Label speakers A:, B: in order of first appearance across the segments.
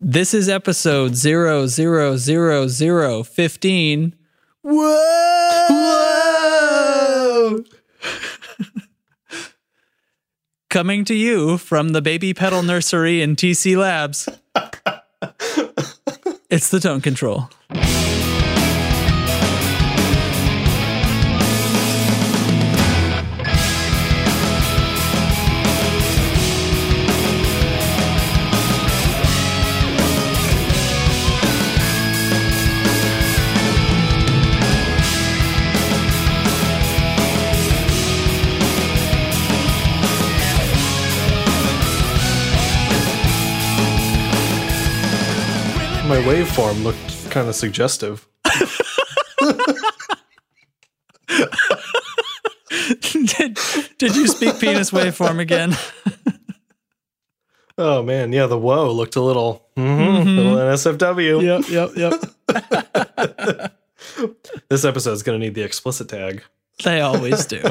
A: This is episode zero zero zero zero fifteen. Whoa! Whoa! Coming to you from the Baby Pedal Nursery in TC Labs. it's the tone control.
B: My waveform looked kind of suggestive.
A: did, did you speak penis waveform again?
B: Oh man, yeah, the whoa looked a little, mhm,
A: Mm-hmm.
B: little NSFW.
A: yep, yep, yep.
B: This episode's gonna need the explicit tag.
A: They always do.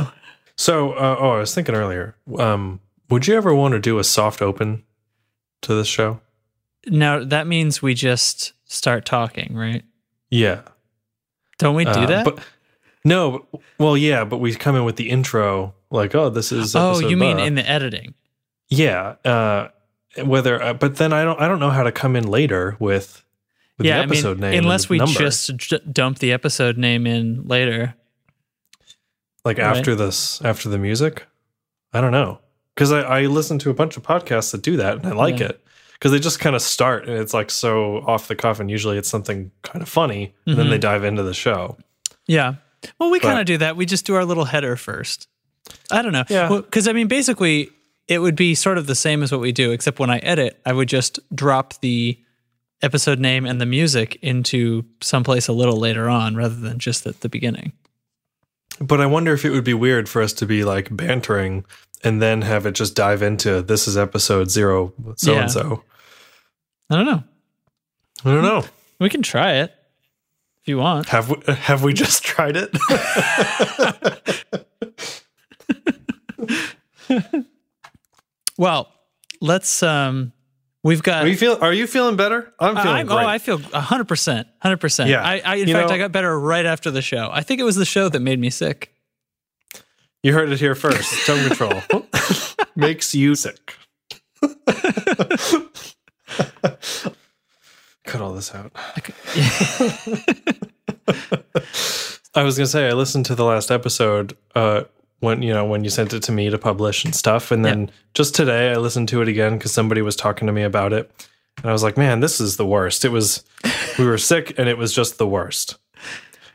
B: So, uh, oh, I was thinking earlier. Um, would you ever want to do a soft open to this show?
A: Now that means we just start talking, right?
B: Yeah,
A: Don't we do
B: Uh,
A: that?
B: But no, but- well, yeah, but we come in with the intro, like, oh, this is.
A: oh,
B: episode
A: you mean
B: blah.
A: in the editing?
B: yeah? Uh, whether, uh, but then I don't, I don't know how to come in later with, with
A: yeah,
B: the episode
A: I mean,
B: name, and
A: unless
B: the
A: we
B: number.
A: just j- dump the episode name in later.
B: like
A: Right.
B: after this after the music i don't know because I, I listen to a bunch of podcasts that do that and i like
A: Yeah.
B: it because they just kind of start and it's like so off the cuff and usually it's something kind of funny and then
A: Mhm.
B: they dive into the show
A: Yeah. Well, we
B: But-
A: kind of do that. We just do our little header first. I don't know.
B: Yeah.
A: Because I mean, basically, it would be sort of the same as what we do, except when I edit, I would just drop the episode name and the music into someplace a little later on, rather than just at the beginning.
B: but i wonder if it would be weird for us to be like bantering and then have it just dive into this is episode zero so and so
A: I don't know.
B: i don't know
A: We can try it if you want.
B: have we have we just tried it
A: Well, let's. um We've got.
B: are you feel are you feeling better i'm feeling
A: I'm, oh,
B: great
A: I feel 100%. 100%.
B: Yeah.
A: I, I, in
B: You
A: fact,
B: know-
A: I got better right after the show. I think it was the show that made me sick.
B: You heard it here first. Tongue control makes you sick. Cut all this out. I was gonna say I listened to the last episode uh, when you know when you sent it to me to publish and stuff, and then just today I listened to it again because somebody was talking to me about it, and I was like, man, this is the worst. It was we were sick, and it was just the worst.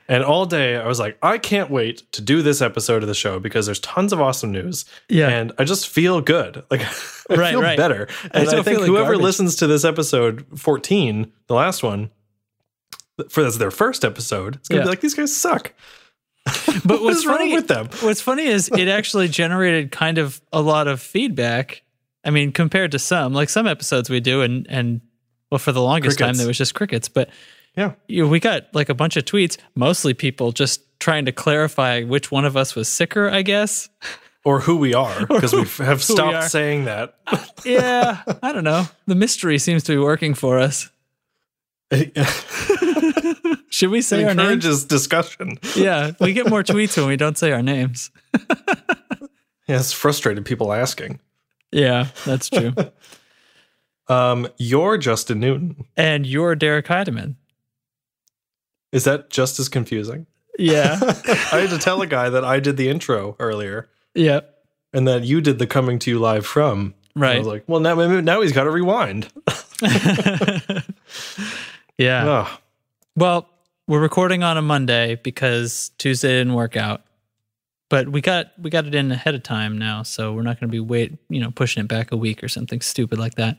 B: And all day I was like, I can't wait to do this episode of the show because there's tons of awesome news.
A: Yeah.
B: And I just feel good. Like I
A: Right,
B: feel
A: right.
B: better. And
A: still
B: I, think
A: feel like
B: whoever
A: garbage.
B: listens to this episode 14, the last one, for that's their first episode, it's gonna
A: Yeah.
B: be like, these guys suck.
A: But what's
B: is wrong
A: funny
B: with them?
A: What's funny is it actually generated kind of a lot of feedback. I mean, compared to some, like some episodes we do, and and well, for the longest time
B: Crickets.
A: there was just crickets. But
B: Yeah.
A: you know, we got like a bunch of tweets, mostly people just trying to clarify which one of us was sicker. I guess.
B: Or who we are, because we f- have stopped
A: are.
B: saying that.
A: Yeah, I don't know. The mystery seems to be working for us.
B: it
A: Should we say our names?
B: encourages discussion.
A: Yeah, we get more tweets when we don't say our names.
B: Yeah, it's frustrated people asking.
A: Yeah, that's true.
B: Um, you're Justin Newton.
A: and you're Derek Heideman.
B: Is that just as confusing?
A: Yeah,
B: I had to tell a guy that I did the intro earlier
A: yeah,
B: and that you did the coming to you live from. And I
A: right.
B: was like, well, now, now he's got to rewind.
A: yeah.
B: Ugh.
A: Well, we're recording on a Monday because Tuesday didn't work out. But we got we got it in ahead of time now, so we're not going to be wait, you know, pushing it back a week or something stupid like that.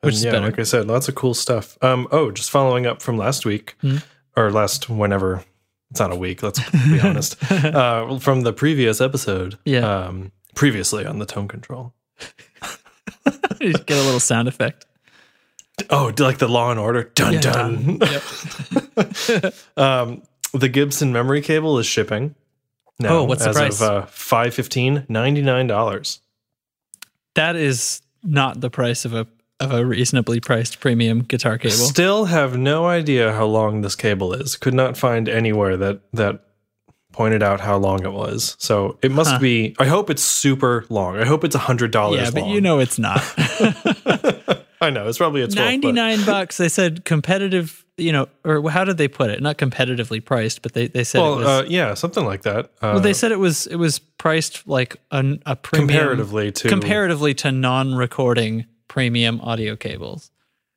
A: Which
B: And
A: is
B: yeah,
A: better.
B: like I said, lots of cool stuff. Um, oh, just following up from last week
A: Hmm.
B: or last whenever. It's not a week. Let's be honest. Uh, from the previous episode.
A: Yeah.
B: Um, previously on the tone control.
A: You just Get a little sound effect.
B: Oh, d- like the Law and Order. Dun
A: Yeah.
B: dun. um, the Gibson memory cable is shipping. now
A: Oh, what's the
B: as
A: price?
B: Of, uh, Five fifteen, ninety nine dollars.
A: That is not the price of a of a reasonably priced premium guitar cable.
B: Still have no idea how long this cable is. Could not find anywhere that that pointed out how long it was. So it must
A: Huh.
B: be. I hope it's super long. I hope it's a hundred dollars.
A: yeah, but you know it's not.
B: I know it's probably a twelve. but-
A: 99 bucks. They said competitive, you know, or how did they put it? Not competitively priced, but they, they said
B: Well,
A: it was
B: uh, yeah, something like that. Uh,
A: Well, they said it was it was priced like an, a premium
B: comparatively to
A: comparatively to non-recording premium audio cables,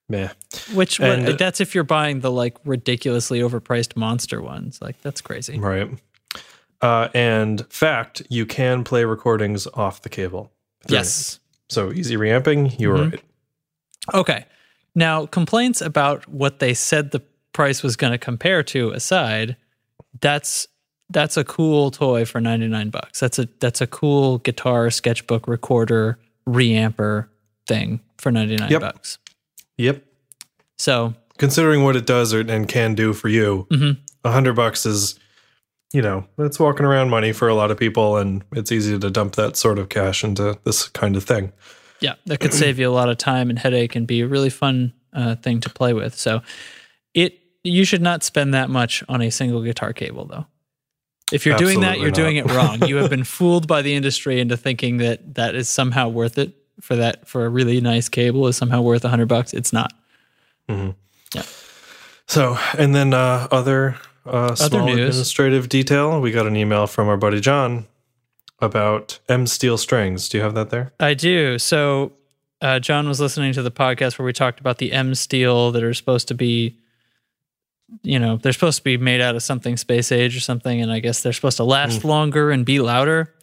B: Meh.
A: which wa-
B: And- uh,
A: that's if you're buying the like ridiculously overpriced monster ones. Like that's crazy.
B: Right. Uh, and fact, you can play recordings off the cable. Through it.
A: Yes.
B: So easy reamping, you were
A: Mhm.
B: right.
A: Okay. Now, complaints about what they said the price was going to compare to aside, that's that's a cool toy for 99 bucks. That's a that's a cool guitar, sketchbook, recorder, reamper thing for 99
B: Yep.
A: bucks.
B: Yep.
A: So,
B: Considering what it does or, and can do for you, a
A: Mhm.
B: hundred bucks is, you know, that's walking around money for a lot of people, and it's easy to dump that sort of cash into this kind of thing.
A: Yeah, that could save you a lot of time and headache and be a really fun uh, thing to play with. So it you should not spend that much on a single guitar cable though. If you're doing that,
B: Absolutely
A: you're doing it
B: not.
A: wrong. You have been fooled by the industry into thinking that that is somehow worth it for that for a really nice cable is somehow worth 100 bucks. It's not.
B: So, and then uh, other uh, small
A: news.
B: administrative detail, we got an email from our buddy John about M Steel strings. Do you have that there?
A: I do. So uh, John was listening to the podcast where we talked about the M steel that are supposed to be, you know, they're supposed to be made out of something space age or something, and I guess they're supposed to last longer and be louder.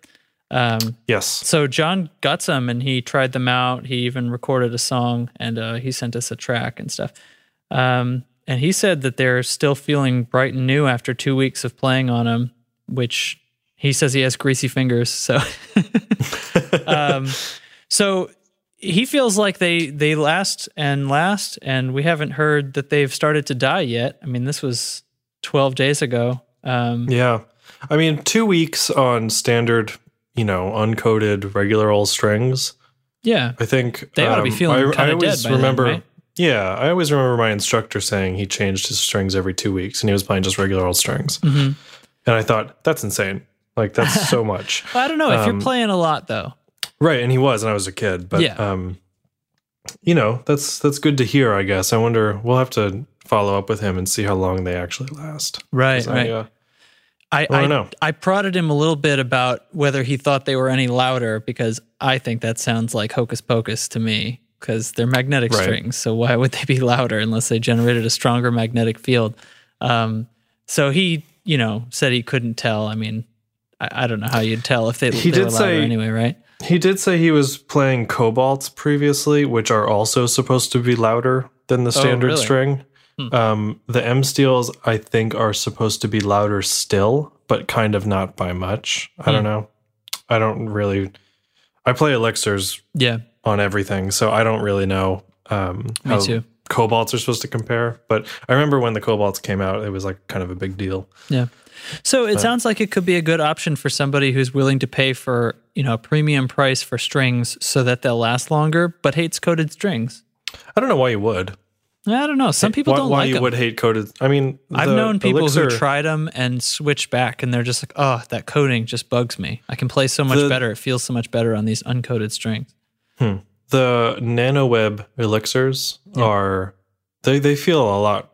A: Um,
B: Yes.
A: so John got some and he tried them out. He even recorded a song and uh, he sent us a track and stuff. Um, and he said that they're still feeling bright and new after two weeks of playing on them, which he says he has greasy fingers. So, um, so he feels like they they last and last, and we haven't heard that they've started to die yet. I mean, this was twelve days ago. Um,
B: Yeah. I mean, two weeks on standard, you know, uncoated regular old strings.
A: yeah,
B: I think um,
A: They ought to be feeling
B: I- I
A: kinda
B: always
A: dead by then,
B: remember.
A: right?
B: Yeah, I always remember my instructor saying he changed his strings every two weeks, and he was playing just regular old strings.
A: Mhm.
B: And I thought that's insane. Like that's so much,
A: I don't know if
B: Um,
A: you're playing a lot though.
B: right? And he was, and I was a kid, but
A: Yeah.
B: um, you know, that's that's good to hear. I guess I wonder. We'll have to follow up with him and see how long they actually last.
A: Right,
B: 'Cause I, uh,
A: I,
B: I
A: I,
B: don't know.
A: I prodded him a little bit about whether he thought they were any louder because I think that sounds like hocus pocus to me because they're magnetic
B: Right.
A: strings. So why would they be louder unless they generated a stronger magnetic field? Um, so he, you know, said he couldn't tell. I mean, I, I don't know how you'd tell if they,
B: He
A: they were
B: did
A: louder
B: say-
A: anyway, right?
B: He did say he was playing cobalts previously, which are also supposed to be louder than the standard
A: Oh, really?
B: string.
A: Hmm.
B: Um, the M steels, I think, are supposed to be louder still, but kind of not by much. I
A: Hmm.
B: don't know. I don't really. I play elixirs
A: Yeah,
B: on everything, so I don't really know um,
A: me too.
B: cobalts are supposed to compare. But I remember when the cobalts came out, it was like kind of a big deal.
A: Yeah. So it sounds like it could be a good option for somebody who's willing to pay for, you know, a premium price for strings so that they'll last longer, but hates coated strings.
B: I don't know why you would.
A: I don't know. Some people
B: why
A: don't
B: why
A: like
B: you
A: them.
B: would hate coated. I mean,
A: I've
B: the
A: known people who
B: elixir-
A: tried them and switch back, and they're just like, "Oh, that coating just bugs me. I can play so much
B: The-
A: better. It feels so much better on these uncoated strings."
B: the nanoweb elixirs are they they feel a lot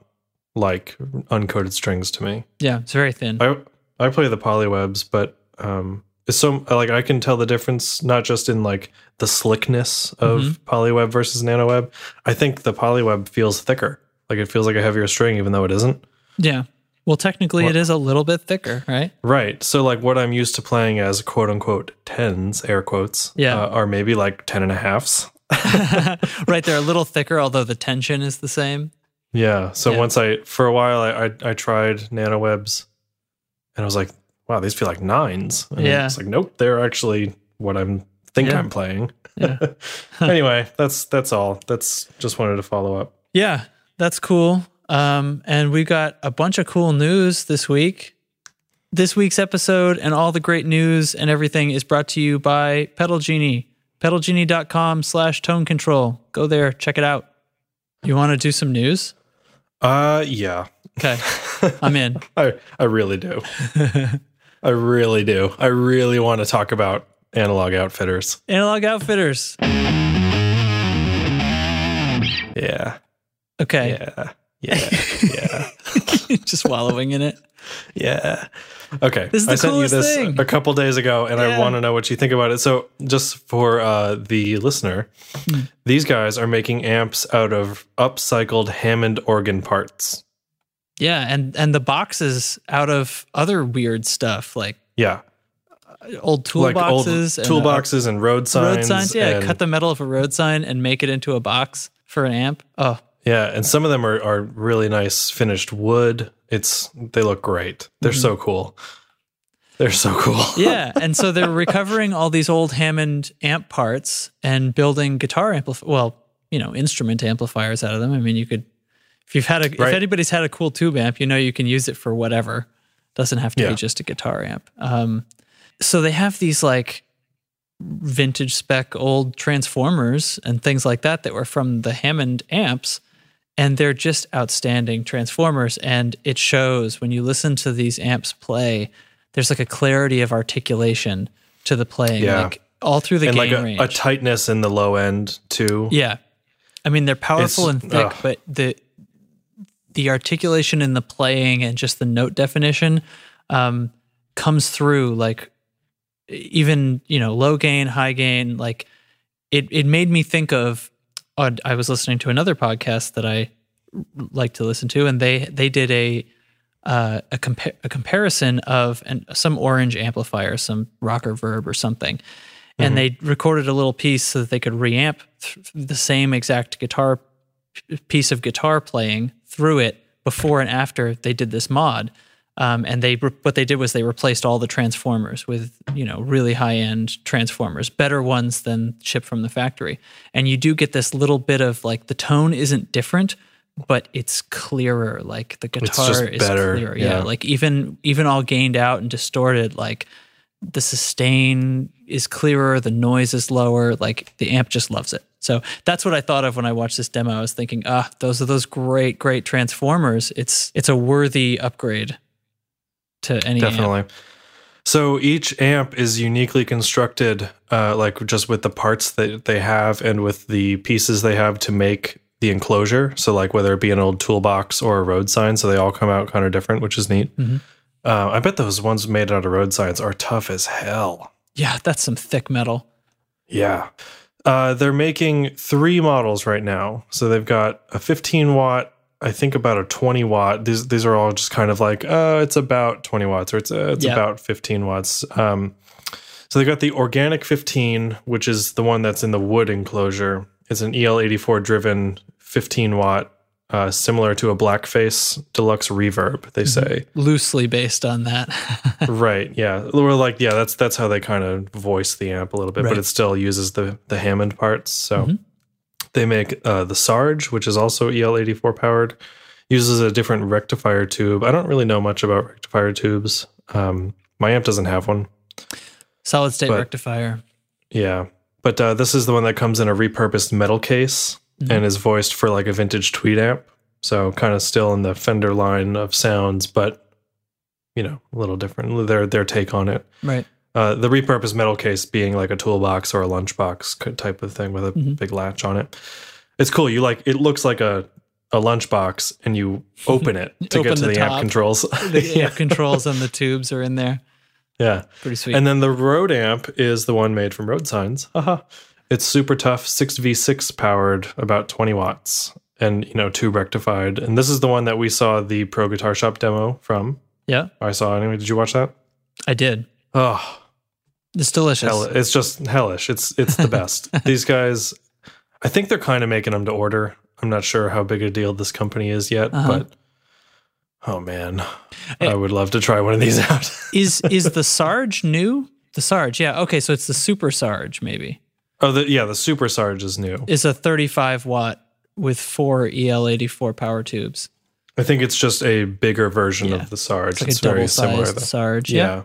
B: like uncoated strings to me
A: Yeah, it's very thin.
B: i i play the polywebs but um it's so like i can tell the difference not just in like the slickness of polyweb versus nanoweb i think the polyweb feels thicker like it feels like a heavier string even though it isn't
A: yeah. Well, technically, it is a little bit thicker, right?
B: right so like what i'm used to playing as quote unquote tens air quotes
A: Yeah.
B: uh, are maybe like ten and a halfs
A: right, they're a little thicker, although the tension is the same.
B: Yeah. So
A: Yeah.
B: once I, for a while, I, I I tried nanowebs, and I was like, wow, these feel like nines. And
A: Yeah.
B: It's like, nope, they're actually what I'm think
A: Yeah.
B: I'm playing.
A: Yeah.
B: anyway, that's that's all. That's just wanted to follow up.
A: Yeah, that's cool. Um, and we got a bunch of cool news this week. This week's episode and all the great news and everything is brought to you by Pedal Genie, pedalgenie.com slash tone control. Go there, check it out. You want to do some news?
B: Uh, yeah.
A: Okay. I'm in.
B: I, I really do. I really do. I really want to talk about analog outfitters.
A: Analog Outfitters.
B: Yeah.
A: Okay.
B: Yeah. Yeah. Yeah.
A: Just wallowing in it.
B: Yeah. Okay.
A: This is
B: I
A: the
B: sent you
A: coolest
B: this
A: thing.
B: a couple days ago and
A: Yeah.
B: I want to know what you think about it. So, just for uh, the listener,
A: Hmm.
B: these guys are making amps out of upcycled Hammond organ parts.
A: Yeah, and and the boxes out of other weird stuff like
B: Yeah.
A: old toolboxes,
B: like old
A: and, uh,
B: toolboxes and road signs.
A: road signs. Yeah,
B: and-
A: cut the metal of a road sign and make it into a box for an amp. Oh,
B: Yeah, and some of them are, are really nice finished wood. It's they look great. They're so cool. They're so cool.
A: Hmm. yeah. and so they're recovering all these old Hammond amp parts and building guitar amplifiers. Well, you know, instrument amplifiers out of them. I mean, you could, if you've had a, if
B: Right.
A: anybody's had a cool tube amp, you know, you can use it for whatever. Doesn't have to
B: Yeah.
A: be just a guitar amp. Um, so they have these like vintage spec old transformers and things like that that were from the Hammond amps. And they're just outstanding transformers. And it shows when you listen to these amps play, there's like a clarity of articulation to the playing,
B: Yeah.
A: like all through the
B: and like
A: game
B: a,
A: range.
B: a tightness in the low end too.
A: yeah. I mean, they're powerful
B: It's-
A: and thick,
B: ugh.
A: but the, the articulation in the playing and just the note definition um, comes through like even you know low gain high gain like it it made me think of uh, I was listening to another podcast that I like to listen to and they they did a uh, a, compa- a comparison of an, some orange amplifier some rocker verb or something and they recorded a little piece so that they could reamp th- the same exact guitar piece of guitar playing through it before and after they did this mod. Um, and they re- what they did was they replaced all the transformers with you know really high end transformers, better ones than shipped from the factory. And you do get this little bit of like the tone isn't different, but it's clearer. Like the guitar
B: just
A: is
B: better,
A: clearer. Yeah.
B: yeah.
A: like even even all gained out and distorted. Like the sustain is clearer, the noise is lower, like the amp just loves it. So that's what I thought of when I watched this demo. I was thinking, ah, those are those great, great transformers. It's it's a worthy upgrade to any amp.
B: Definitely. So each amp is uniquely constructed, uh, like just with the parts that they have and with the pieces they have to make the enclosure. So, like whether it be an old toolbox or a road sign, so they all come out kind of different, which is neat.
A: Mhm.
B: Uh, I bet those ones made out of road signs are tough as hell.
A: Yeah, that's some thick metal.
B: Yeah. Uh, they're making three models right now. So they've got a 15 watt, I think about a 20 watt. These these are all just kind of like, uh, it's about 20 watts or it's uh, it's
A: Yeah.
B: about 15 watts. Um, so they got the organic 15, which is the one that's in the wood enclosure. It's an EL84 driven 15 watt, uh, similar to a blackface deluxe reverb. They say
A: Loosely based on that.
B: right yeah we're like yeah that's that's how they kind of voice the amp a little bit
A: Right.
B: but it still uses the the hammond parts so
A: Mhm.
B: they make uh, the sarge which is also el84 powered uses a different rectifier tube i don't really know much about rectifier tubes um, my amp doesn't have one
A: Solid state
B: But-
A: rectifier.
B: yeah but uh, this is the one that comes in a repurposed metal case
A: Mhm.
B: and is voiced for like a vintage tweed amp so kind of still in the fender line of sounds but you know a little different their their take on it
A: Right.
B: uh, the repurposed metal case being like a toolbox or a lunchbox co- type of thing with a
A: Mhm.
B: big latch on it. It's cool. You like it looks like a a lunchbox, and you open it to
A: Open
B: get to
A: the
B: the, amp
A: top.
B: controls.
A: The
B: yeah,
A: amp controls and the tubes are in there.
B: yeah.
A: Pretty sweet.
B: And then the road amp is the one made from road signs.
A: Uh-huh.
B: Haha. it's super tough, six v six powered, about twenty watts, and you know two rectified. And this is the one that we saw the Pro Guitar Shop demo from.
A: yeah,
B: I saw anyway. Did you watch that?
A: I did.
B: Oh,
A: It's delicious.
B: Hell, it's just hellish. It's it's the best. These guys, I think they're kind of making them to order. I'm not sure how big a deal this company is yet,
A: Uh-huh.
B: but oh man,
A: Eh.
B: I would love to try one of these out.
A: is is the Sarge new? The Sarge, yeah. Okay, so it's the Super Sarge, maybe.
B: oh, the, yeah, the Super Sarge is new.
A: is a 35 watt with four EL84 power tubes.
B: I think it's just a bigger version
A: Yeah.
B: of the Sarge.
A: It's
B: It's,
A: like a
B: very
A: double
B: similar.
A: sized
B: Though.
A: Sarge. Yeah.
B: Yeah.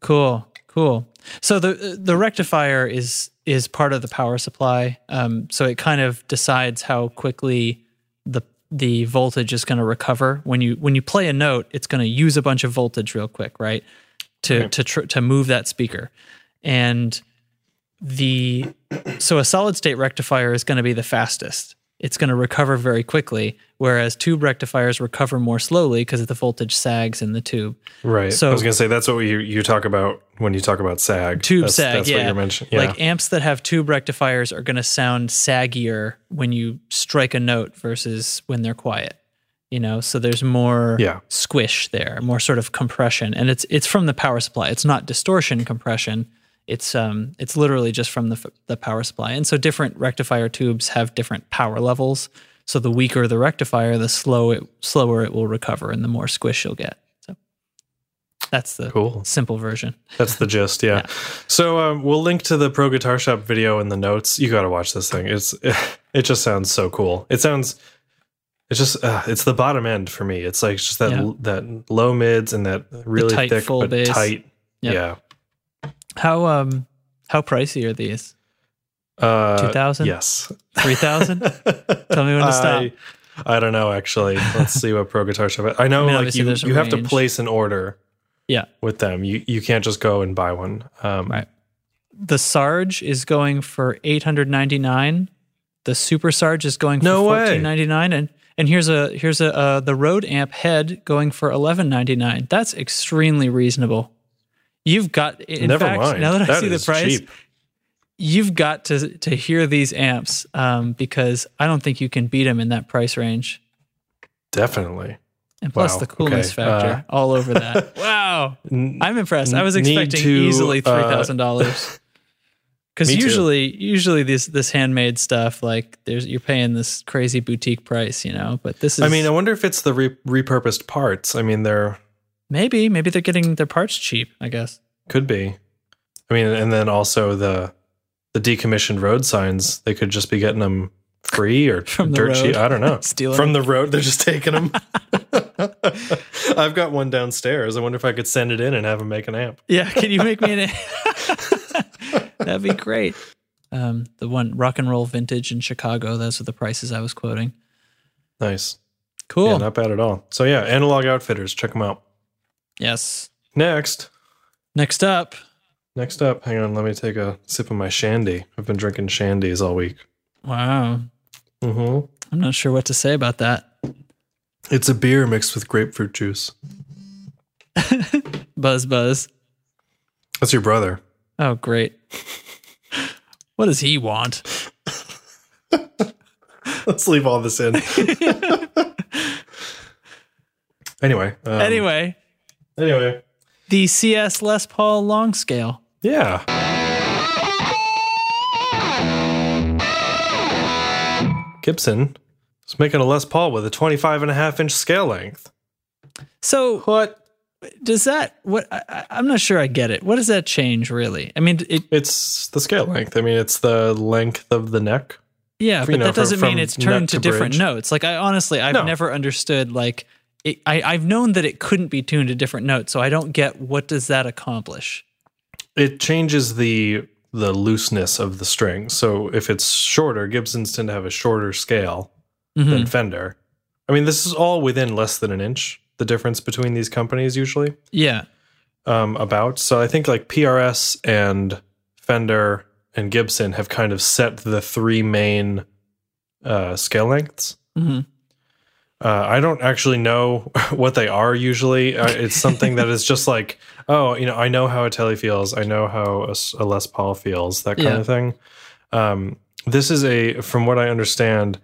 A: Cool. Cool. So the the rectifier is is part of the power supply. Um, so it kind of decides how quickly the the voltage is going to recover when you when you play a note. It's going to use a bunch of voltage real quick, right? To
B: Right.
A: to tr- to move that speaker, and the so a solid state rectifier is going to be the fastest. It's going to recover very quickly, whereas tube rectifiers recover more slowly because the voltage sags in the tube.
B: Right.
A: So-
B: I was gonna say that's what you you talk about when you talk about sag.
A: tube
B: that's,
A: sag.
B: That's
A: yeah.
B: what you're mentioning. Yeah.
A: Like eh, amps that have tube rectifiers are going to sound saggier when you strike a note versus when they're quiet. You know, so there's more
B: Yeah.
A: squish there, more sort of compression, and it's it's from the power supply. It's not distortion compression. It's um it's literally just from the f- the power supply. And so different rectifier tubes have different power levels. So the weaker the rectifier, the slow it, slower it will recover, and the more squish you'll get. So that's the
B: cool.
A: simple version.
B: That's the gist. Yeah. So um, we'll link to the Pro Guitar Shop video in the notes. You got to watch this thing. It's it just sounds so cool. It sounds it's just uh, it's the bottom end for me. It's like just that
A: Yeah.
B: that low mids and that really
A: tight
B: thick
A: full
B: but
A: bass.
B: tight.
A: Yep.
B: Yeah.
A: How um how pricey are these?
B: Uh,
A: 2000?
B: Yes.
A: 3000? Tell me when to stop.
B: I, I don't know actually. Let's see what Pro Guitar Shop. I know
A: I mean,
B: like
A: obviously
B: you
A: there's a
B: you have to
A: range.
B: place an order.
A: Yeah.
B: With them, you you can't just go and buy one. Um,
A: Right. The Sarge is going for 899. The Super Sarge is going for
B: No way.
A: 1499 and and here's a here's a uh, the Rode Amp head going for 1199. That's extremely reasonable. You've got in
B: Never
A: fact
B: mind.
A: now that I
B: That
A: see the
B: is
A: price
B: cheap.
A: you've got to to hear these amps um, because I don't think you can beat them in that price range.
B: Definitely.
A: And plus
B: Wow,
A: the coolness
B: okay, Uh,
A: factor all over that. wow. I'm impressed. I was
B: need
A: expecting
B: to,
A: easily
B: uh,
A: three thousand dollars. Because
B: Me too.
A: usually, usually this this handmade stuff like there's you're paying this crazy boutique price, you know. But this is
B: I mean, I wonder if it's the re- repurposed parts. I mean, there
A: maybe maybe they're getting their parts cheap. I guess.
B: could be. I mean, and then also the the decommissioned road signs. They could just be getting them free or
A: From the
B: dirt cheap.
A: road.
B: I don't know.
A: Stealing
B: from the road, they're just taking them. I've got one downstairs. I wonder if I could send it in and have them make an amp.
A: Yeah, can you make me an? That'd be great. Um, the one rock and roll vintage in Chicago. Those are the prices I was quoting.
B: Nice.
A: Cool.
B: Yeah, not bad at all. So yeah, Analog Outfitters. Check them out.
A: yes.
B: Next.
A: Next up,
B: Next up, hang on. Let me take a sip of my shandy. I've been drinking shandies all week.
A: wow.
B: hmm
A: I'm not sure what to say about that.
B: It's a beer mixed with grapefruit juice.
A: Buzz, buzz.
B: That's your brother.
A: Oh, great. what does he want?
B: Let's leave all this in. anyway. um,
A: anyway,
B: Anyway.
A: the CS Les Paul long scale.
B: Yeah. Gibson is making a Les Paul with a 25 and a half inch scale length.
A: So
B: What?
A: does that? What I, I- I'm not sure I get it. What does that change really? I mean, it
B: It's the scale length. I mean, it's the length of the neck.
A: yeah,
B: You
A: but
B: know,
A: that
B: from-
A: doesn't
B: from
A: mean it's turned
B: nut
A: to,
B: to
A: different
B: bridge.
A: notes. Like I honestly, I've
B: No.
A: never understood. Like it, I I've known that it couldn't be tuned to different notes, so I don't get what does that accomplish.
B: It changes the the looseness of the string. So if it's shorter, Gibsons tend to have a shorter scale.
A: Mhm.
B: than Fender. I mean, this is all within less than an inch, the difference between these companies usually
A: Yeah,
B: um, about. So I think like PRS and Fender and Gibson have kind of set the three main uh, scale lengths.
A: hmm
B: Uh, I don't actually know what they are usually. Uh, it's something that is just like, oh, you know, I know how a Tele feels. I know how a, s- a Les Paul feels, that kind
A: Yeah.
B: of thing. Um, this is a, from what I understand,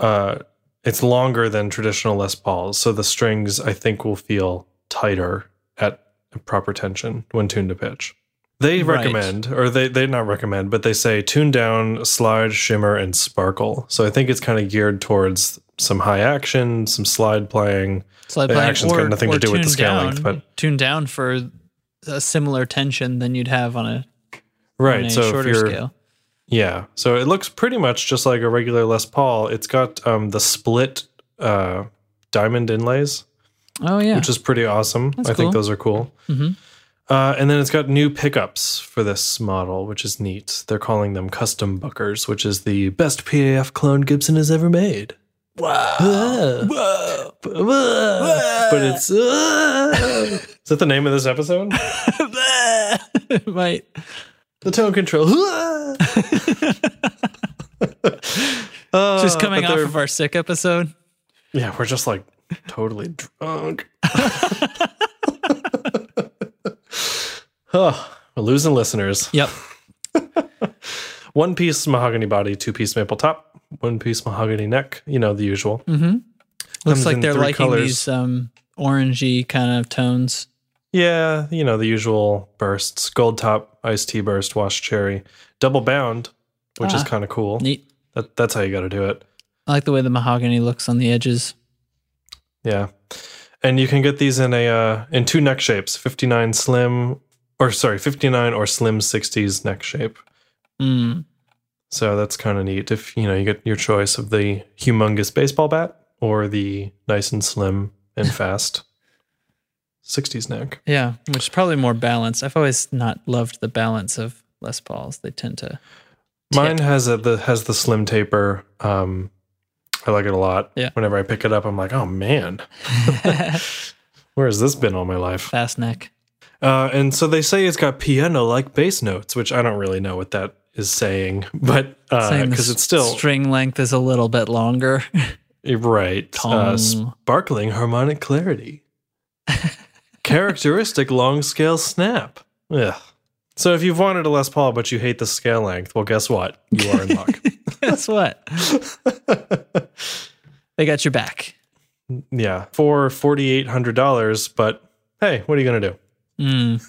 B: uh, it's longer than traditional Les Pauls. So the strings, I think, will feel tighter at proper tension when tuned to pitch. They
A: Right.
B: recommend, or they, they not recommend, but they say tune down, slide, shimmer, and sparkle. So I think it's kind of geared towards some high action, some slide playing.
A: slide
B: The
A: playing
B: action's
A: or,
B: got nothing
A: or
B: to do with the
A: tune
B: scale
A: down,
B: length, but-
A: tune down for a similar tension than you'd have on a on
B: Right.
A: a
B: So if
A: shorter
B: you're,
A: scale.
B: yeah. So it looks pretty much just like a regular Les Paul. It's got um, the split uh, diamond inlays,
A: Oh yeah.
B: which is pretty awesome.
A: That's
B: I
A: cool.
B: think those are cool.
A: Mhm.
B: Uh, and then it's got new pickups for this model, which is neat. They're calling them custom buckers, which is the best PAF clone Gibson has ever made.
A: Wow.
B: Ah.
A: Whoa.
B: B- ah. But it's. ah. is that the name of this episode?
A: it might.
B: The tone control. Ah. Uh,
A: Just coming
B: but
A: off
B: they're-
A: of our sick episode.
B: Yeah, we're just like totally drunk. Huh, we're losing listeners.
A: Yep.
B: One piece mahogany body, two piece maple top, one piece mahogany neck. You know the usual.
A: Mm-hmm. Looks
B: Comes
A: like
B: in
A: they're
B: three
A: liking
B: colors.
A: these um, orangey kind of tones.
B: Yeah, you know the usual bursts: gold top, iced tea burst, washed cherry, double bound, which is
A: Ah.
B: kind of cool.
A: Neat.
B: That, that's how you got to do it.
A: I like the way the mahogany looks on the edges.
B: Yeah, and you can get these in a uh, in two neck shapes: fifty nine slim, or sorry, fifty nine or slim sixties neck shape.
A: Mm.
B: So that's kind of neat. If you know, you get your choice of the humongous baseball bat or the nice and slim and fast 60s neck.
A: Yeah, which is probably more balanced. I've always not loved the balance of Les Pauls. They tend to.
B: Mine has a, the has the slim taper. Um, I like it a lot.
A: Yeah.
B: Whenever I pick it up, I'm like, oh man, where has this been all my life?
A: Fast neck.
B: Uh, and so they say it's got piano like bass notes, which I don't really know what that is saying, but
A: Saying the
B: because
A: s-
B: Uh, it's still
A: string length is a little bit longer.
B: Right.
A: Tong.
B: Uh, sparkling harmonic clarity. Characteristic long scale snap. Ugh. So if you've wanted a Les Paul but you hate the scale length, well, guess what? You are in luck.
A: Guess what? they got your back.
B: yeah, for forty eight hundred dollars. But hey, what are you gonna do?
A: Mm.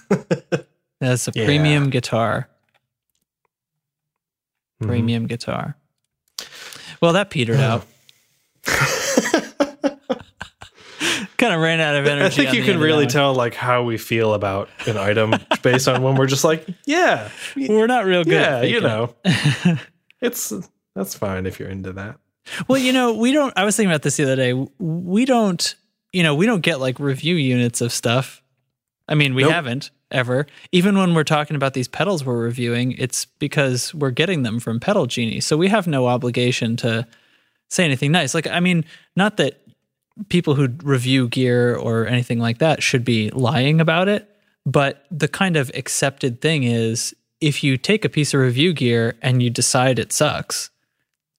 A: That's a
B: Yeah.
A: premium guitar.
B: Mhm.
A: Premium guitar. Well, that petered out. kind of ran out of energy.
B: Hmm. I think
A: on
B: you
A: the
B: can
A: end of
B: really
A: that
B: tell like how we feel about an item based on when we're just like, yeah,
A: one. We're not real good. at
B: yeah, you
A: faking it.
B: know, it's that's fine if you're into that.
A: Well, you know, we don't. I was thinking about this the other day. We don't, you know, we don't get like review units of stuff. I mean, we
B: Nope.
A: haven't ever. Even when we're talking about these pedals we're reviewing, it's because we're getting them from Pedal Genie. So we have no obligation to say anything nice. Like, I mean, not that people who review gear or anything like that should be lying about it, but the kind of accepted thing is if you take a piece of review gear and you decide it sucks,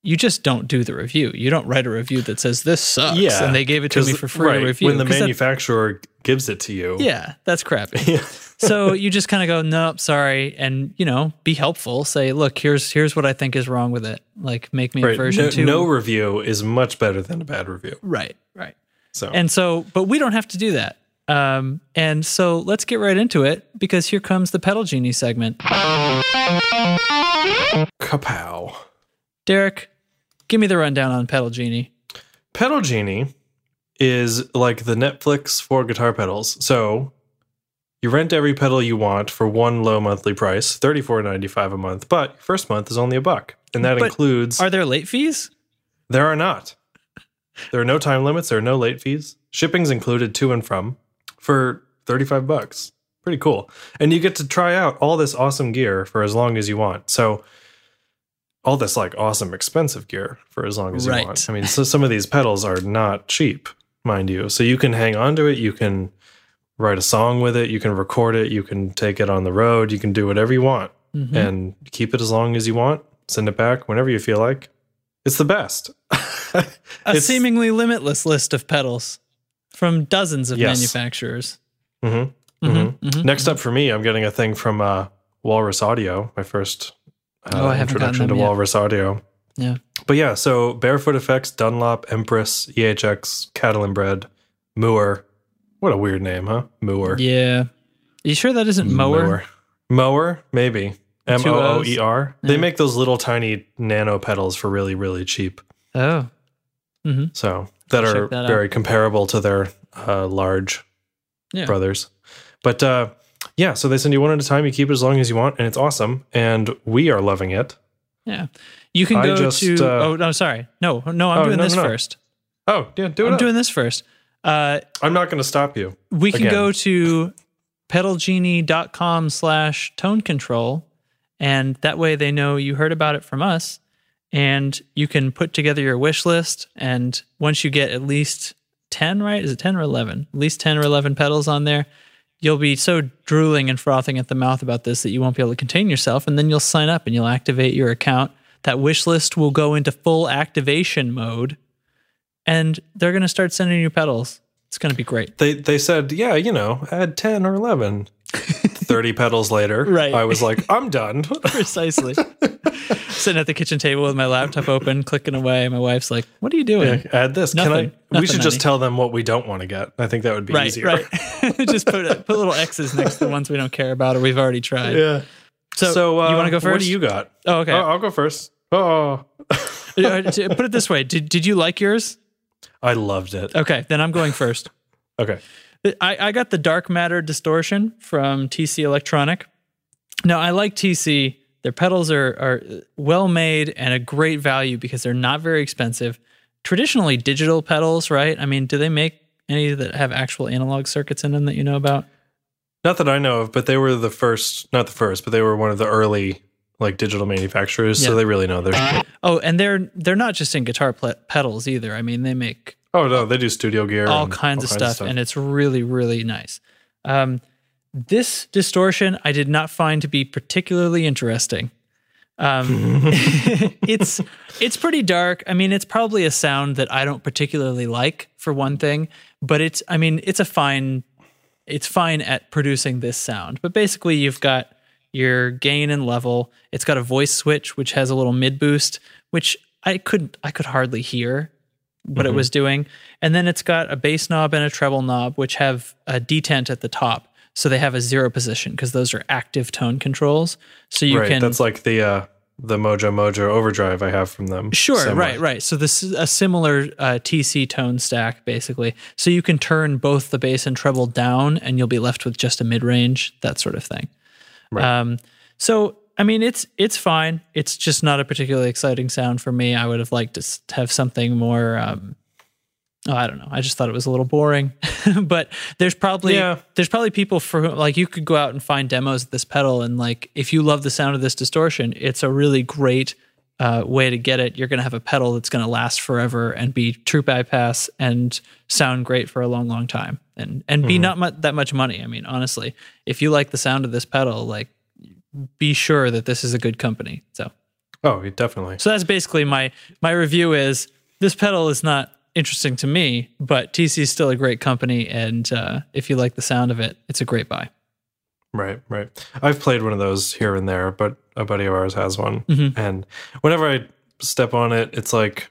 A: you just don't do the review. You don't write a review that says this sucks
B: Yeah,
A: and they gave it to me
B: 'Cause-
A: for free
B: right,
A: to review.
B: When the
A: 'cause that-
B: manufacturer gives it to you.
A: yeah, that's crappy
B: Yeah.
A: so you just kind of go nope sorry and you know be helpful say look here's here's what i think is wrong with it like make me a
B: Right.
A: version
B: No,
A: 2
B: no review is much better than a bad review.
A: right right
B: So
A: and so but we don't have to do that um and so let's get right into it because here comes the pedal genie segment
B: kapow.
A: derek give me the rundown on pedal genie
B: Pedal Genie is like the Netflix for guitar pedals. So you rent every pedal you want for one low monthly price, thirty four ninety five a month, but your first month is only a buck. And that
A: But
B: includes
A: are there late fees
B: there are not. There are no time limits, there are no late fees. Shipping's included to and from for thirty five bucks. Pretty cool. And you get to try out all this awesome gear for as long as you want. So all this like awesome expensive gear for as long as
A: Right.
B: you want. I mean, so some of these pedals are not cheap, mind you. So you can hang on to it, you can write a song with it, you can record it, you can take it on the road, you can do whatever you want
A: Mhm.
B: and keep it as long as you want. Send it back whenever you feel like. It's the best.
A: a
B: it's-
A: seemingly limitless list of pedals from dozens of
B: Yes.
A: manufacturers
B: hmm
A: Mhm, mhm.
B: Next up for me, I'm getting a thing from uh, Walrus Audio, my first uh,
A: Oh, I haven't gotten
B: introduction to
A: them yet.
B: Walrus Audio.
A: Yeah.
B: But yeah, so Barefoot Effects, Dunlop, Empress, E EHX, Catalan Bread, Moor. What a weird name, huh? Moor.
A: yeah you sure that isn't mower
B: Mower. Mower, maybe. M
A: Two
B: O O
A: O's?
B: E R. They
A: Yeah.
B: make those little tiny nano pedals for really, really cheap.
A: oh
B: So that
A: Check
B: are
A: that out.
B: very comparable to their uh, large
A: Yeah.
B: brothers. But uh, yeah, so they send you one at a time. You keep it as long as you want, and it's awesome. And we are loving it.
A: Yeah. You can
B: I
A: go
B: just,
A: to.
B: uh,
A: oh, no, sorry. No, no, I'm
B: Oh,
A: doing
B: no,
A: this
B: no, no.
A: first.
B: Oh yeah, do it.
A: I'm
B: up.
A: doing this first. Uh,
B: I'm not going to stop you.
A: we can
B: Again.
A: go to pedalgenie.com slash tone control. And that way they know you heard about it from us. And you can put together your wish list. And once you get at least 10, right? Is it 10 or 11? At least 10 or 11 pedals on there. You'll be so drooling and frothing at the mouth about this that you won't be able to contain yourself. And then you'll sign up and you'll activate your account. That wish list will go into full activation mode. And they're going to start sending you pedals. It's going to be great.
B: They they said, yeah, you know, add ten or eleven. Thirty pedals later,
A: Right.
B: I was like, I'm done.
A: Precisely. Sitting at the kitchen table with my laptop open, clicking away. My wife's like, What are you doing?
B: add this.
A: Nothing.
B: Can I? We
A: Nothing,
B: should
A: honey.
B: just tell them what we don't want to get. I think that would be
A: right,
B: easier.
A: right. Just put, put little X's next to the ones we don't care about or we've already tried.
B: Yeah. uh,
A: So, you want to go first?
B: What do you got?
A: Oh, okay.
B: Oh, I'll go first. Oh,
A: Uh, to Put it this way. Did, did you like yours?
B: I loved it.
A: Okay, then I'm going first.
B: Okay.
A: I, I got the dark matter distortion from TC Electronic. Now I like TC. Their pedals are are well made and a great value because they're not very expensive. Traditionally digital pedals, right? I mean, do they make any that have actual analog circuits in them that you know about?
B: Not that I know of, but they were the first. Not the first, but they were one of the early like digital manufacturers. So
A: Yeah.
B: they really know their. shit.
A: Oh, and they're they're not just in guitar ple- pedals either. I mean, they make
B: Oh no, they do studio gear.
A: all
B: and
A: kinds, of, stuff, and it's really really nice um, this distortion i did not find to be particularly interesting um, it's it's pretty dark i mean it's probably a sound that i don't particularly like for one thing but it's i mean it's a fine it's fine at producing this sound but basically you've got your gain and level it's got a voice switch which has a little mid boost which i couldn't i could hardly hear what
B: Mm-hmm.
A: it was doing. And then it's got a bass knob and a treble knob, which have a detent at the top. So they have a zero position because those are active tone controls. So you
B: right.
A: can.
B: That's like the uh, the Mojo Mojo Overdrive I have from them.
A: Sure,
B: Similar.
A: right, right. So this is a similar uh, TC tone stack, basically. So you can turn both the bass and treble down, and you'll be left with just a mid range, that sort of thing. Um, so I mean, it's it's fine. It's just not a particularly exciting sound for me. I would have liked to s- to have something more. Um, oh, I don't know. I just thought it was a little boring. but there's probably
B: Yeah.
A: there's probably people for who- like you could go out and find demos of this pedal, and like if you love the sound of this distortion, it's a really great. Uh, way to get it you're going to have a pedal that's going to last forever and be true bypass and sound great for a long long time and and be not mu- that much money i mean honestly if you like the sound of this pedal like be sure that this is a good company. So
B: Oh, definitely.
A: so that's basically my my review is this pedal is not interesting to me, but TC is still a great company and uh, if you like the sound of it, it's a great buy.
B: Right, right. I've played one of those here and there, but a buddy of ours has one,
A: Mhm.
B: and whenever I step on it, it's like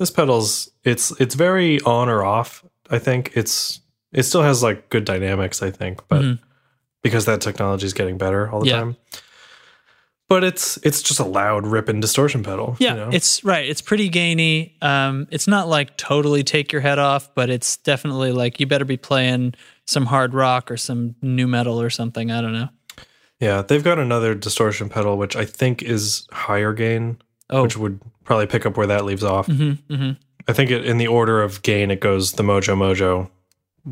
B: this pedal's it's it's very on or off. I think it's it still has like good dynamics. I think, but
A: Mhm.
B: because that technology is getting better all the
A: Yeah.
B: time. But it's it's just a loud rip and distortion pedal.
A: Yeah,
B: you know?
A: it's right. It's pretty gainy. Um, it's not like totally take your head off, but it's definitely like you better be playing some hard rock or some new metal or something. I don't know.
B: yeah. They've got another distortion pedal, which I think is higher gain,
A: Oh,
B: which would probably pick up where that leaves off.
A: mhm, mhm.
B: I think it, in the order of gain, it goes the Mojo Mojo,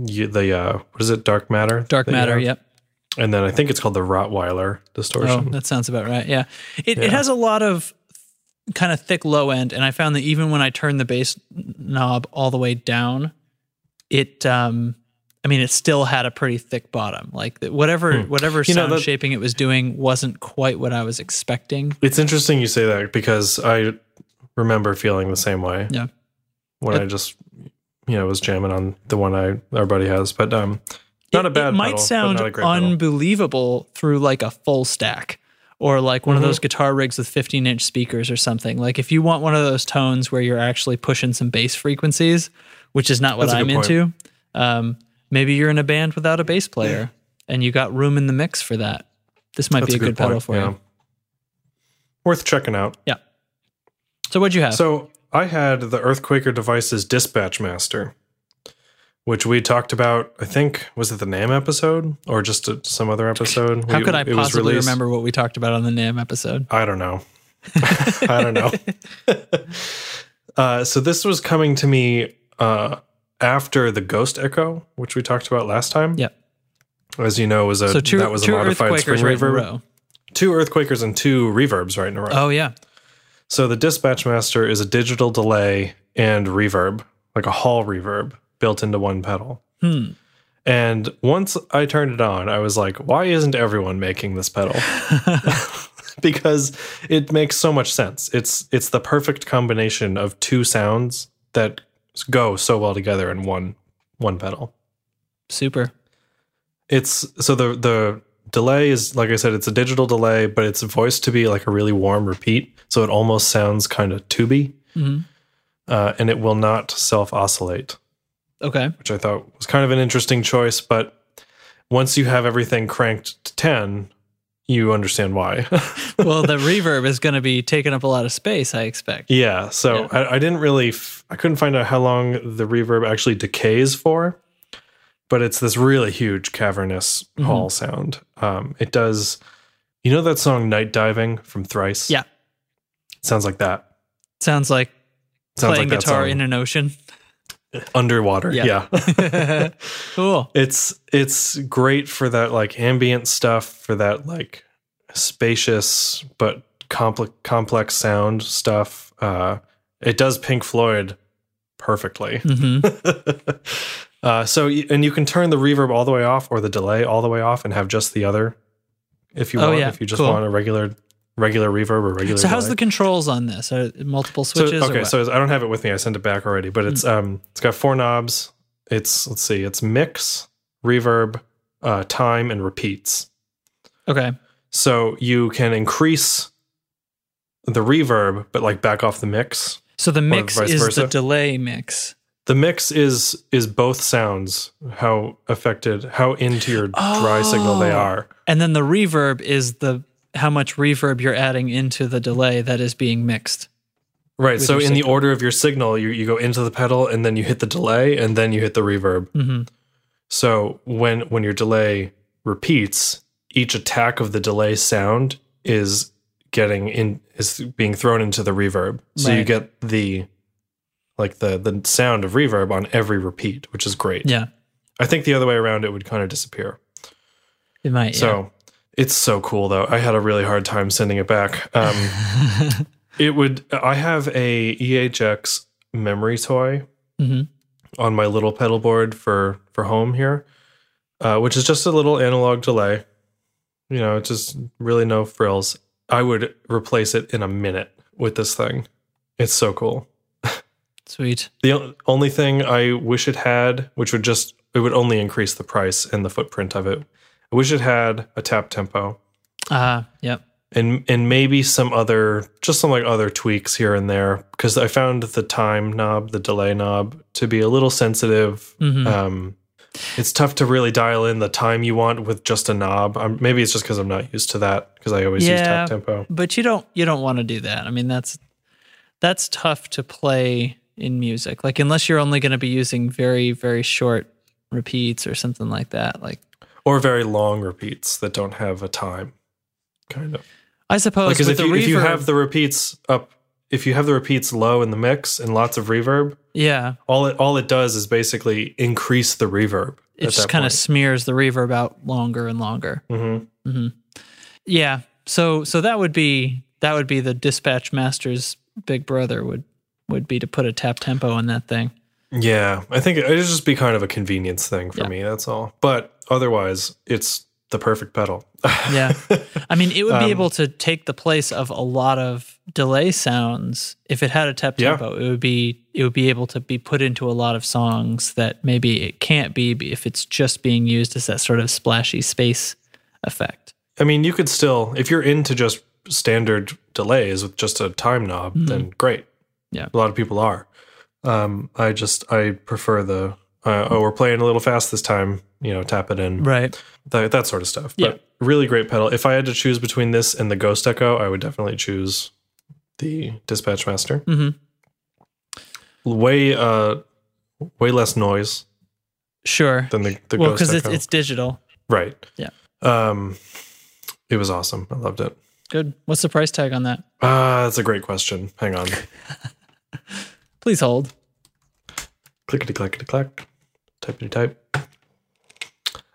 B: you, the uh, what is it, Dark Matter?
A: dark
B: that you
A: matter.
B: have?
A: Yep.
B: And then I think it's called the Rottweiler
A: Oh,
B: distortion.
A: that sounds about right. Yeah. It,
B: Yeah.
A: it has a lot of kind of thick low end. And I found that even when I turned the bass knob all the way down, it, um, I mean, it still had a pretty thick bottom. Like that- whatever, whatever
B: Hmm. You know,
A: sound
B: that-
A: shaping it was doing wasn't quite what I was expecting.
B: It's interesting you say that because I remember feeling the same way.
A: Yeah.
B: When I just you know was jamming on the one I our buddy has, but um, not
A: It-
B: a bad.
A: It might
B: pedal, but
A: sound
B: not a great pedal.
A: unbelievable through like a full stack or like one
B: Mhm.
A: of those guitar rigs with 15 inch speakers or something. Like if you want one of those tones where you're actually pushing some bass frequencies, which is not what
B: That's a
A: I'm
B: good point.
A: into, um, maybe you're in a band without a bass player and you got room in the mix for that. This might
B: That's
A: be a good, pedal
B: point,
A: for
B: yeah.
A: you.
B: Worth checking out.
A: Yeah. So what'd you have?
B: So I had the Earthquaker Devices Dispatch Master, which we talked about. I think was it the NAM episode or just uh some other episode?
A: How
B: We-
A: could I
B: it was
A: possibly
B: released-
A: remember what we talked about on the NAM episode?
B: I don't know. I don't know. uh, so this was coming to me uh, after the Ghost Echo, which we talked about last time.
A: Yep.
B: as you know, was a
A: So two,
B: that was
A: two
B: a modified
A: earthquakers
B: spring
A: right in a
B: reverb.
A: row.
B: Two earthquakers and two reverbs right in a row.
A: Oh yeah,
B: So the dispatch master is a digital delay and reverb, like a hall reverb built into one pedal.
A: Hmm.
B: And once I turned it on, I was like, why isn't everyone making this pedal? because it makes so much sense. It's it's the perfect combination of two sounds that go so well together in one one pedal.
A: super.
B: It's so the the delay is like I said, it's a digital delay, but it's voiced to be like a really warm repeat, so it almost sounds kind of tubey
A: hmm
B: uh, and it will not self oscillate,
A: Okay,
B: which I thought was kind of an interesting choice. But once you have everything cranked to 10, you understand why.
A: well the reverb is going to be taking up a lot of space, I expect.
B: yeah. So
A: Yeah.
B: I, I didn't really, f- I couldn't find out how long the reverb actually decays for, but it's this really huge cavernous
A: Mm-hmm.
B: hall sound. Um, it does, you know, that song Night Diving from Thrice?
A: Yeah.
B: Sounds like that.
A: Sounds like
B: Sounds
A: playing
B: like that
A: guitar
B: song.
A: in an ocean.
B: underwater.
A: Yeah.
B: yeah.
A: cool.
B: it's it's great for that like ambient stuff for that like spacious but complex complex sound stuff uh it does pink floyd perfectly
A: hmm
B: uh so y- and you can turn the reverb all the way off or the delay all the way off and have just the other if you
A: Oh,
B: want
A: yeah.
B: if you just
A: Cool.
B: want a regular regular reverb or regular
A: So how's
B: delay.
A: the controls on this? Are it multiple
B: So-
A: switches? or
B: okay,
A: what? Hmm.
B: so I don't have it with me. I sent it back already, but it's um it's got four knobs. It's let's see, it's mix, reverb, uh, time, and repeats.
A: okay.
B: So you can increase the reverb, but like back off the mix.
A: So the mix
B: vice
A: is the
B: versa.
A: delay mix.
B: The mix is is both sounds how affected, how into your dry signal they
A: Oh.
B: are.
A: And then the reverb is the how much reverb you're adding into the delay that is being mixed.
B: Right. So
A: your
B: in the order of your signal, you, you go into the pedal and then you hit the delay and then you hit the reverb.
A: hmm
B: So when when your delay repeats, each attack of the delay sound is getting in is being thrown into the reverb. So you
A: Right.
B: get the like the the sound of reverb on every repeat, which is great.
A: Yeah,
B: I think the other way around it would kind of disappear.
A: it might.
B: So it's so cool though. I had a really hard time sending it back. Um, it would I have a EHX memory toy
A: yeah. Mhm.
B: on my little pedal board for for home here, uh, which is just a little analog delay. You know, it's just really no frills. I would replace it in a minute with this thing. It's so cool.
A: sweet.
B: The o- only thing I wish it had, which would just it would only increase the price and the footprint of it. I wish it had a tap tempo
A: Ah, yep.
B: and and maybe some other just some like other tweaks here and there because I found the time knob, the delay knob to be a little sensitive
A: hmm
B: um, it's tough to really dial in the time you want with just a knob. Um maybe it's just because I'm not used to that because I always use
A: Yeah.
B: tap tempo.
A: but you don't you don't want to do that. I mean, that's that's tough to play in music. Like unless you're only going to be using very very short repeats or something like that. Like
B: Or very long repeats that don't have a time, kind of.
A: I suppose
B: Because
A: Oh, with the
B: if you,
A: reverb,
B: if you have the repeats up, if you have the repeats low in the mix and lots of reverb,
A: yeah,
B: all it all it does is basically increase the reverb.
A: it just kind of smears the reverb out longer and longer.
B: Mm-hmm.
A: Yeah. So so that would be that would be the dispatch master's big brother would would be to put a tap tempo on that thing.
B: Yeah, I think it, it'd just be kind of a convenience thing for
A: Yeah.
B: me. That's all. But otherwise, it's the perfect pedal.
A: Yeah. I mean, it would be
B: Um,
A: able to take the place of a lot of delay sounds if it had a tap
B: Yeah.
A: tempo. It would be it would be able to be put into a lot of songs that maybe it can't be if it's just being used as that sort of splashy space effect.
B: I mean, you could still, if you're into just standard delays with just a time knob, then great.
A: Mm-hmm. Yeah.
B: A lot of people are. Um, I just, I prefer the, uh, oh, we're playing a little fast this time, you know, tap it in,
A: Right.
B: that, that sort of stuff.
A: Yeah.
B: But really great pedal. If I had to choose between this and the Ghost Echo, I would definitely choose the Dispatch Master.
A: hmm
B: Way, uh, way less noise
A: Sure.
B: than the, the
A: well,
B: Ghost
A: because
B: Echo.
A: it's it's digital.
B: right.
A: Yeah.
B: Um, it was awesome. I loved it.
A: Good. What's the price tag on that?
B: Ah, that's a great question. Hang on.
A: Please hold.
B: clickety clackety clack, typety type.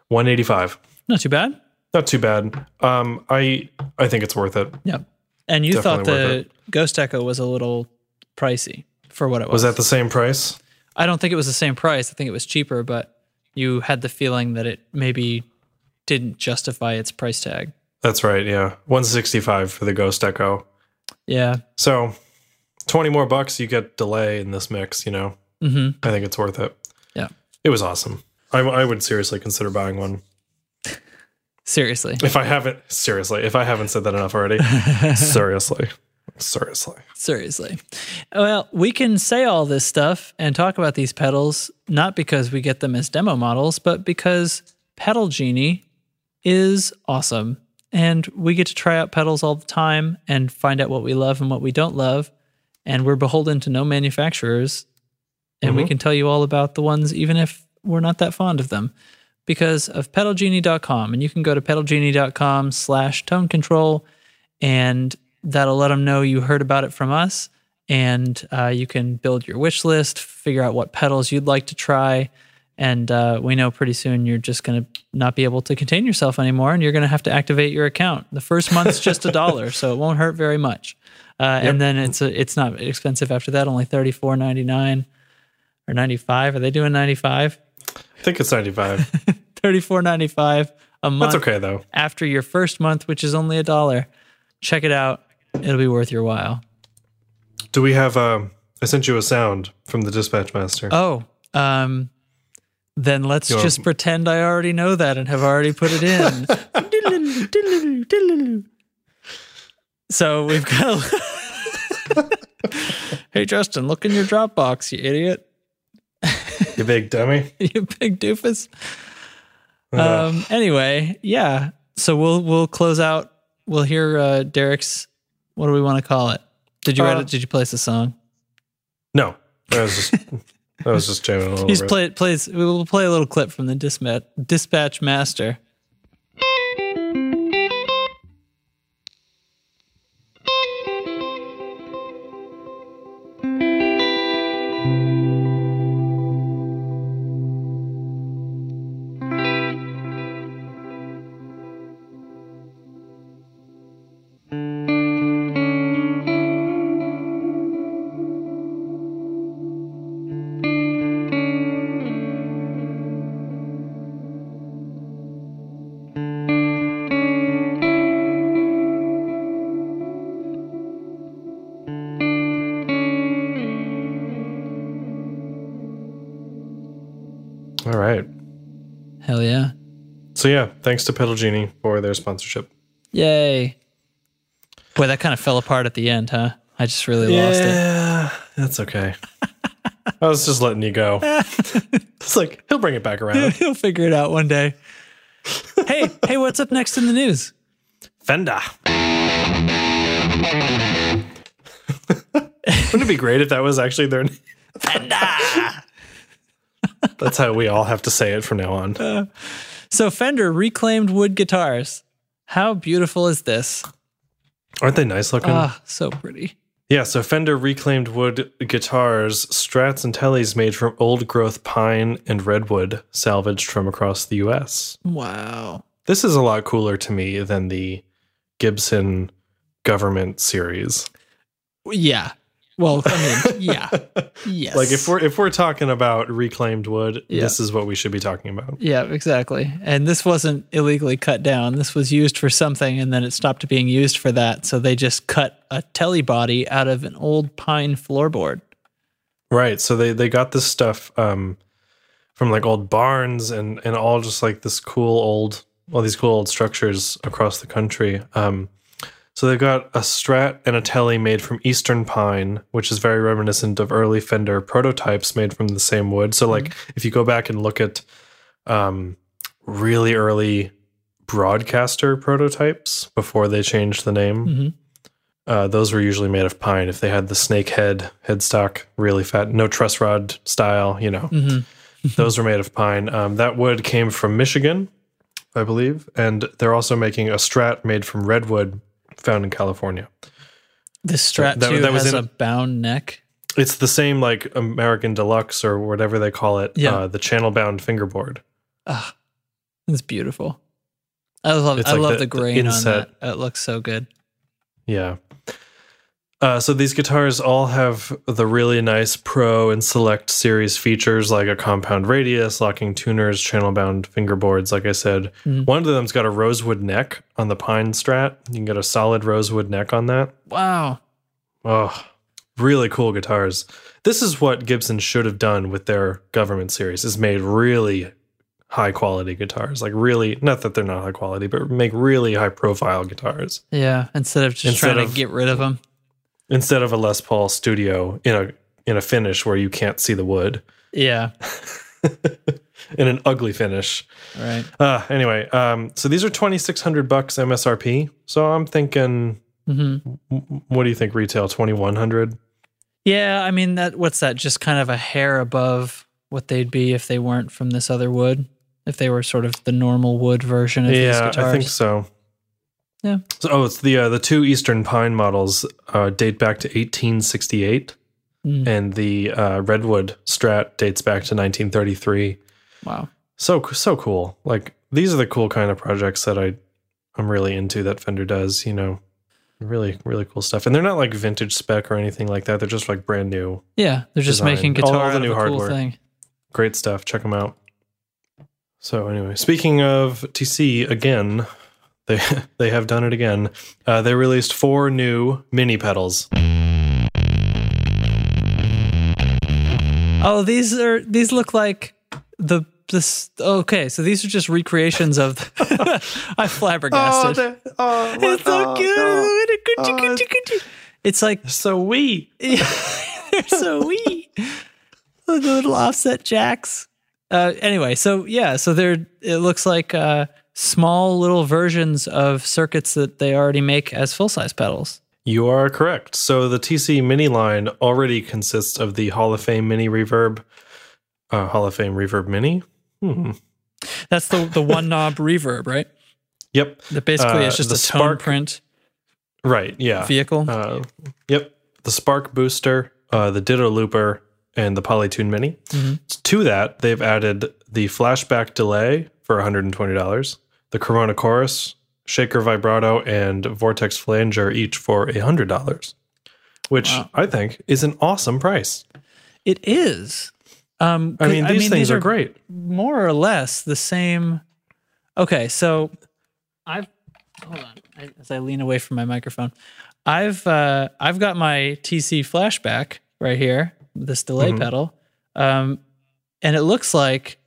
B: One eighty five.
A: Not too bad.
B: Not too bad. Um, I I think it's worth it.
A: Yep. And you thought
B: Definitely worth
A: the Ghost Echo was a little pricey for what it was.
B: Was that the same price?
A: I don't think it was the same price. I think it was cheaper, but you had the feeling that it maybe didn't justify its price tag.
B: That's right. Yeah, one sixty five for the Ghost Echo.
A: Yeah.
B: So twenty more bucks, you get delay in this mix. You know,
A: hmm
B: I think it's worth it.
A: Yeah.
B: it was awesome. I, I would seriously consider buying one
A: Seriously.
B: if I haven't. Seriously, if I haven't said that enough already. seriously, seriously.
A: Seriously. Well, we can say all this stuff and talk about these pedals, not because we get them as demo models, but because Pedal Genie is awesome. And we get to try out pedals all the time and find out what we love and what we don't love. And we're beholden to no manufacturers. And we can tell you all about the ones, even if we're not that fond of them, because of pedalgenie.com. And you can go to pedalgenie.com slash tone control and that'll let them know you heard about it from us. And uh, you can build your wish list, figure out what pedals you'd like to try. And uh, we know pretty soon you're just going to not be able to contain yourself anymore and you're going to have to activate your account. The first month's just a dollar, so it won't hurt very much. Uh, And then it's a, it's not expensive after that, only thirty four ninety nine or 95. Are they doing 95?
B: I think it's ninety five.
A: 34.95 a month
B: That's okay though.
A: after your first month, which is only a dollar. Check it out. It'll be worth your while.
B: Do we have? Um, I sent you a sound from the dispatch master.
A: Oh, um, then let's
B: You're-
A: just pretend I already know that and have already put it in. Diddle-oo, diddle-oo, diddle-oo. so we've got. hey, Justin, look in your Dropbox, you idiot.
B: you big dummy.
A: you big doofus.
B: Uh,
A: Um, anyway, yeah. So we'll we'll close out. We'll hear uh, Derek's. What do we want to call it? Did you write
B: Uh,
A: it? Did you place the song?
B: No, that was just that was just jamming a little
A: He's
B: bit.
A: play plays. We will play a little clip from the dispatch dispatch master.
B: All right.
A: Hell yeah!
B: So yeah, thanks to Pedal Genie for their sponsorship.
A: Yay! Boy, that kind of fell apart at the end, huh? I just really lost it.
B: Yeah, that's okay. I was just letting you go. it's like he'll bring it back around.
A: He'll figure it out one day. hey, hey, what's up next in the news?
B: Fender. Wouldn't it be great if that was actually their name? Fender. that's how we all have to say it from now on.
A: So Fender reclaimed wood guitars. How beautiful is this?
B: Aren't they nice looking?
A: Ah, so pretty.
B: Yeah, so Fender reclaimed wood guitars, strats, and tellies made from old growth pine and redwood salvaged from across the US.
A: Wow.
B: This is a lot cooler to me than the Gibson government series.
A: Yeah. Well, I mean, yeah. Yes.
B: Like if we're if we're talking about reclaimed wood,
A: Yeah.
B: this is what we should be talking about.
A: Yeah, exactly. And this wasn't illegally cut down. This was used for something and then it stopped being used for that. So they just cut a telly body out of an old pine floorboard.
B: Right. So they they got this stuff um from like old barns and and all just like this cool old all these cool old structures across the country. Um so they've got a strat and a telly made from eastern pine, which is very reminiscent of early Fender prototypes made from the same wood. So like if you go back and look at um really early broadcaster prototypes before they changed the name,
A: Mhm.
B: uh, those were usually made of pine. If they had the snake head headstock, really fat, no truss rod style, you know,
A: Mhm.
B: those were made of pine. Um, that wood came from Michigan, I believe, and they're also making a strat made from redwood found in California.
A: This Strat
B: That-
A: 2
B: that was
A: has
B: in
A: a
B: a-
A: bound neck.
B: It's the same like American Deluxe or whatever they call it,
A: Yeah.
B: uh, the channel bound fingerboard.
A: Ah, it's beautiful. I love
B: It's
A: I
B: like
A: love
B: the-
A: the,
B: the
A: grain on that.
B: inset.
A: It looks so good.
B: Yeah. Uh, so these guitars all have the really nice Pro and Select series features like a compound radius, locking tuners, channel bound fingerboards. Like I said,
A: Mhm.
B: one of them's got a rosewood neck on the Pine Strat. You can get a solid rosewood neck on that.
A: Wow.
B: Oh, really cool guitars. This is what Gibson should have done with their government series is made really high quality guitars. Like really not that they're not high quality, but make really high profile guitars.
A: Yeah. Instead of just
B: Instead
A: trying
B: of-
A: to get rid of them.
B: Instead of a Les Paul studio in a in a finish where you can't see the wood.
A: Yeah.
B: in an ugly finish.
A: Right.
B: Uh anyway, um so these are 2600 bucks MSRP. So I'm thinking
A: hmm
B: w- what do you think retail 2100?
A: Yeah. I mean that. What's that? Just kind of a hair above what they'd be if they weren't from this other wood. If they were sort of the normal wood version of these
B: yeah,
A: guitars.
B: I think so.
A: Yeah.
B: So, oh, it's the uh, the two Eastern Pine models uh, date back to 1868,
A: Mm.
B: and the uh, Redwood Strat dates back to 1933.
A: Wow.
B: So so cool. Like these are the cool kind of projects that I I'm really into that Fender does. You know, really really cool stuff. And they're not like vintage spec or anything like that. They're just like brand new.
A: Yeah. They're just
B: Design.
A: making
B: All
A: guitar
B: the
A: out of
B: new
A: a
B: hardware.
A: cool thing.
B: Great stuff. Check them out. So anyway, speaking of TC again, they they have done it again. Uh, they released four new mini pedals.
A: Oh, these are these look like the this. Okay, so these are just recreations of. I flabbergasted.
B: oh,
A: It's so cute. Coochie,
B: Oh,
A: coochie, coochie. It's like
B: So we
A: they're so wee. Look at the little offset jacks. Uh, anyway, so yeah, so they're it looks like uh, small little versions of circuits that they already make as full size pedals.
B: You are correct. So the TC Mini line already consists of the Hall of Fame Mini Reverb, uh, Hall of Fame Reverb Mini. Hmm.
A: That's the the one knob reverb, right?
B: Yep.
A: That basically
B: Uh,
A: is just
B: the
A: a tone
B: Spark-
A: print
B: Right. Yeah.
A: vehicle.
B: Uh, yep. The Spark Booster, uh, the Ditto Looper, and the Polytune Mini.
A: Mhm.
B: To that, they've added the Flashback Delay for $120, the Corona Chorus, Shaker Vibrato, and Vortex Flanger each for $100, which
A: Wow.
B: I think is an awesome price.
A: It is. Um,
B: I mean, these things are great.
A: more or less the same. Okay, so I've hold on I- as I lean away from my microphone. I've uh, I've got my TC flashback right here, this delay
B: Mhm.
A: pedal, um, and it looks like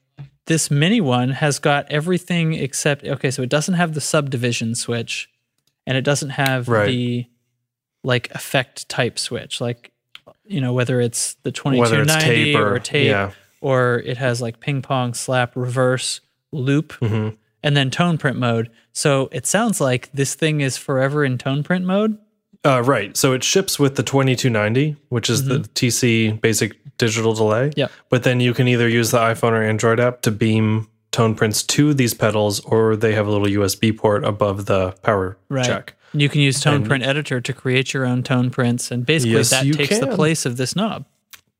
A: this mini one has got everything except okay, so it doesn't have the subdivision switch, and it doesn't have
B: Right.
A: the like effect type switch, like you know whether it's the twenty
B: whether
A: two
B: it's
A: ninety
B: tape or,
A: or tape
B: yeah
A: or it has like ping pong, slap, reverse, loop,
B: Mhm.
A: and then tone print mode. So it sounds like this thing is forever in tone print mode.
B: uh, right so it ships with the 2290 which is the tc basic digital delay
A: Yep.
B: but then you can either use the iphone or android app to beam tone prints to these pedals or they have a little usb port above the power
A: Right.
B: jack
A: You can use tone
B: And-
A: print editor to create your own tone prints, and basically
B: Yes,
A: that
B: you
A: takes the
B: can.
A: place of this knob.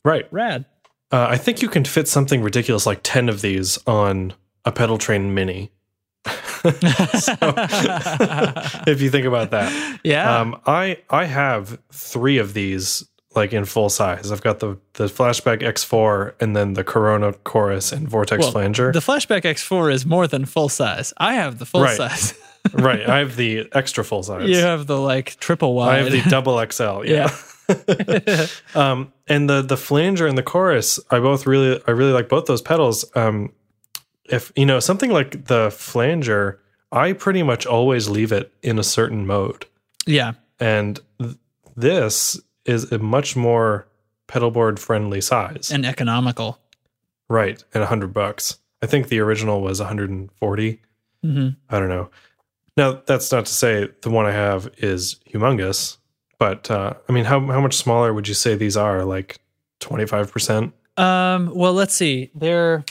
B: right
A: Rad.
B: uh, i think you can fit something ridiculous like 10 of these on a pedal train mini so if you think about that
A: Yeah.
B: Um, I I have three of these like in full size. I've got the the flashback X4 and then the Corona Chorus and Vortex
A: Well,
B: Flanger.
A: the Flashback X4 is more than full size. I have the full
B: Right.
A: size.
B: right, I have the extra full size.
A: you have the like triple
B: I
A: wide.
B: have the double XL. Yeah. um, and the the flanger and the chorus, I both really I really like both those pedals. Um, if you know something like the flanger, I pretty much always leave it in a certain mode.
A: yeah.
B: and th- this is a much more pedalboard friendly size
A: And economical.
B: right at 100 bucks i think the original was 140
A: hmm
B: i don't know now that's not to say the one i have is humongous but uh, i mean how, how much smaller would you say these are like 25%
A: Um, well, let's see. They're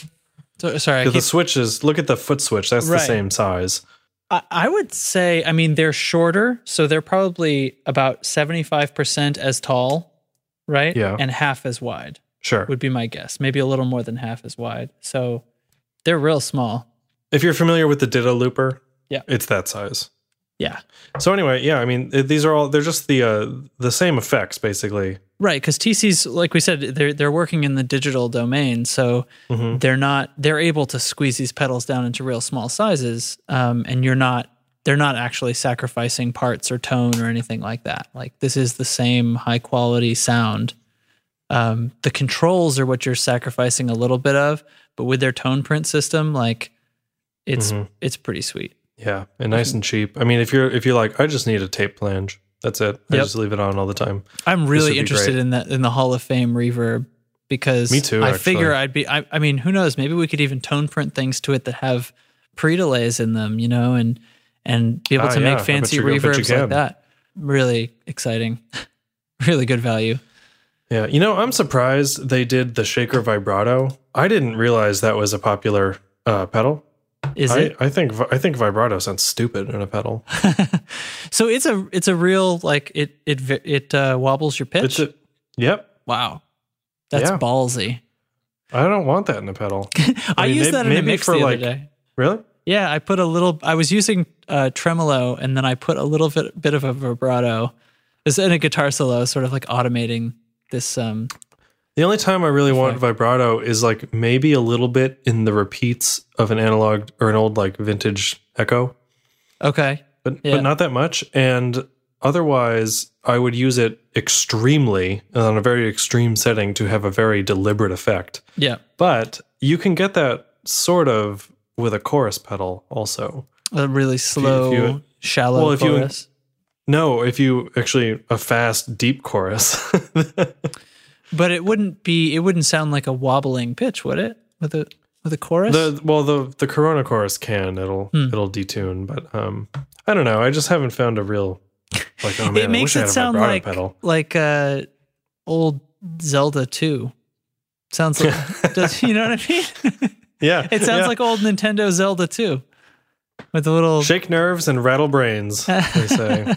A: so, sorry. I
B: Because the
A: keep
B: switches look at the foot switch that's the
A: Right.
B: same size
A: I, I would say, I mean, they're shorter, so they're probably about 75% as tall, right?
B: Yeah.
A: And half as wide
B: sure
A: would be my guess. Maybe a little more than half as wide. So they're real small.
B: if you're familiar with the ditto looper
A: Yeah.
B: It's that size.
A: Yeah.
B: So anyway, yeah, I mean it, these are all they're just the uh the same effects basically.
A: Right, because TC's like we said, they're they're working in the digital domain, so
B: Mhm.
A: they're not they're able to squeeze these pedals down into real small sizes, um, and you're not they're not actually sacrificing parts or tone or anything like that. Like this is the same high quality sound. Um, the controls are what you're sacrificing a little bit of, but with their tone print system, like it's
B: Mhm.
A: it's pretty sweet.
B: Yeah,
A: Mm-hmm.
B: and nice and cheap. I mean, if you're if you're like, I just need a tape flange. That's it. I
A: Yep.
B: just leave it on all the time.
A: I'm
B: would
A: really
B: be
A: interested
B: great.
A: in that in the Hall of Fame reverb because
B: Me too,
A: I
B: actually.
A: figure I'd be. I, I mean, who knows? Maybe we could even tone print things to it that have pre delays in them, you know, and and be able
B: Ah,
A: to
B: yeah, I
A: make
B: bet
A: fancy
B: you- I bet you
A: reverbs
B: can.
A: like that. Really exciting, really good value.
B: Yeah, you know, I'm surprised they did the shaker vibrato. I didn't realize that was a popular uh, pedal.
A: Is
B: I,
A: it?
B: I think vi- I think vibrato sounds stupid in a pedal.
A: so it's a it's a real like it it vi- it uh, wobbles your pitch.
B: It's a, yep.
A: wow, that's
B: Yeah.
A: ballsy.
B: I don't want that in a pedal.
A: I,
B: mean,
A: used
B: may-
A: that in a
B: maybe
A: mix
B: for,
A: the other
B: like,
A: day.
B: Really?
A: Yeah, I put a little. I was using uh, tremolo, and then I put a little bit bit of a vibrato. It's in a guitar solo, sort of like automating this. Um,
B: The only time I really want vibrato is like maybe a little bit in the repeats of an analog or an old like vintage echo,
A: okay,
B: but
A: Yeah.
B: but not that much. And otherwise, I would use it extremely uh, on a very extreme setting to have a very deliberate effect.
A: yeah,
B: But you can get that sort of with a chorus pedal also.
A: a really slow,
B: you-
A: shallow
B: well, if you-
A: chorus.
B: No, if you actually a fast deep chorus.
A: but it wouldn't be. It wouldn't sound like a wobbling pitch, would it? With a with a chorus.
B: The well, the the Corona chorus can it'll
A: Hmm.
B: it'll detune, but um, I don't know. I just haven't found a real like. Oh man,
A: it makes
B: I wish I
A: it
B: had
A: sound
B: a vibrato
A: like
B: pedal.
A: like uh, old Zelda Two. Sounds like does you know what I mean?
B: Yeah,
A: it sounds
B: yeah.
A: like old Nintendo Zelda Two, with a little
B: shake nerves and rattle brains. They say.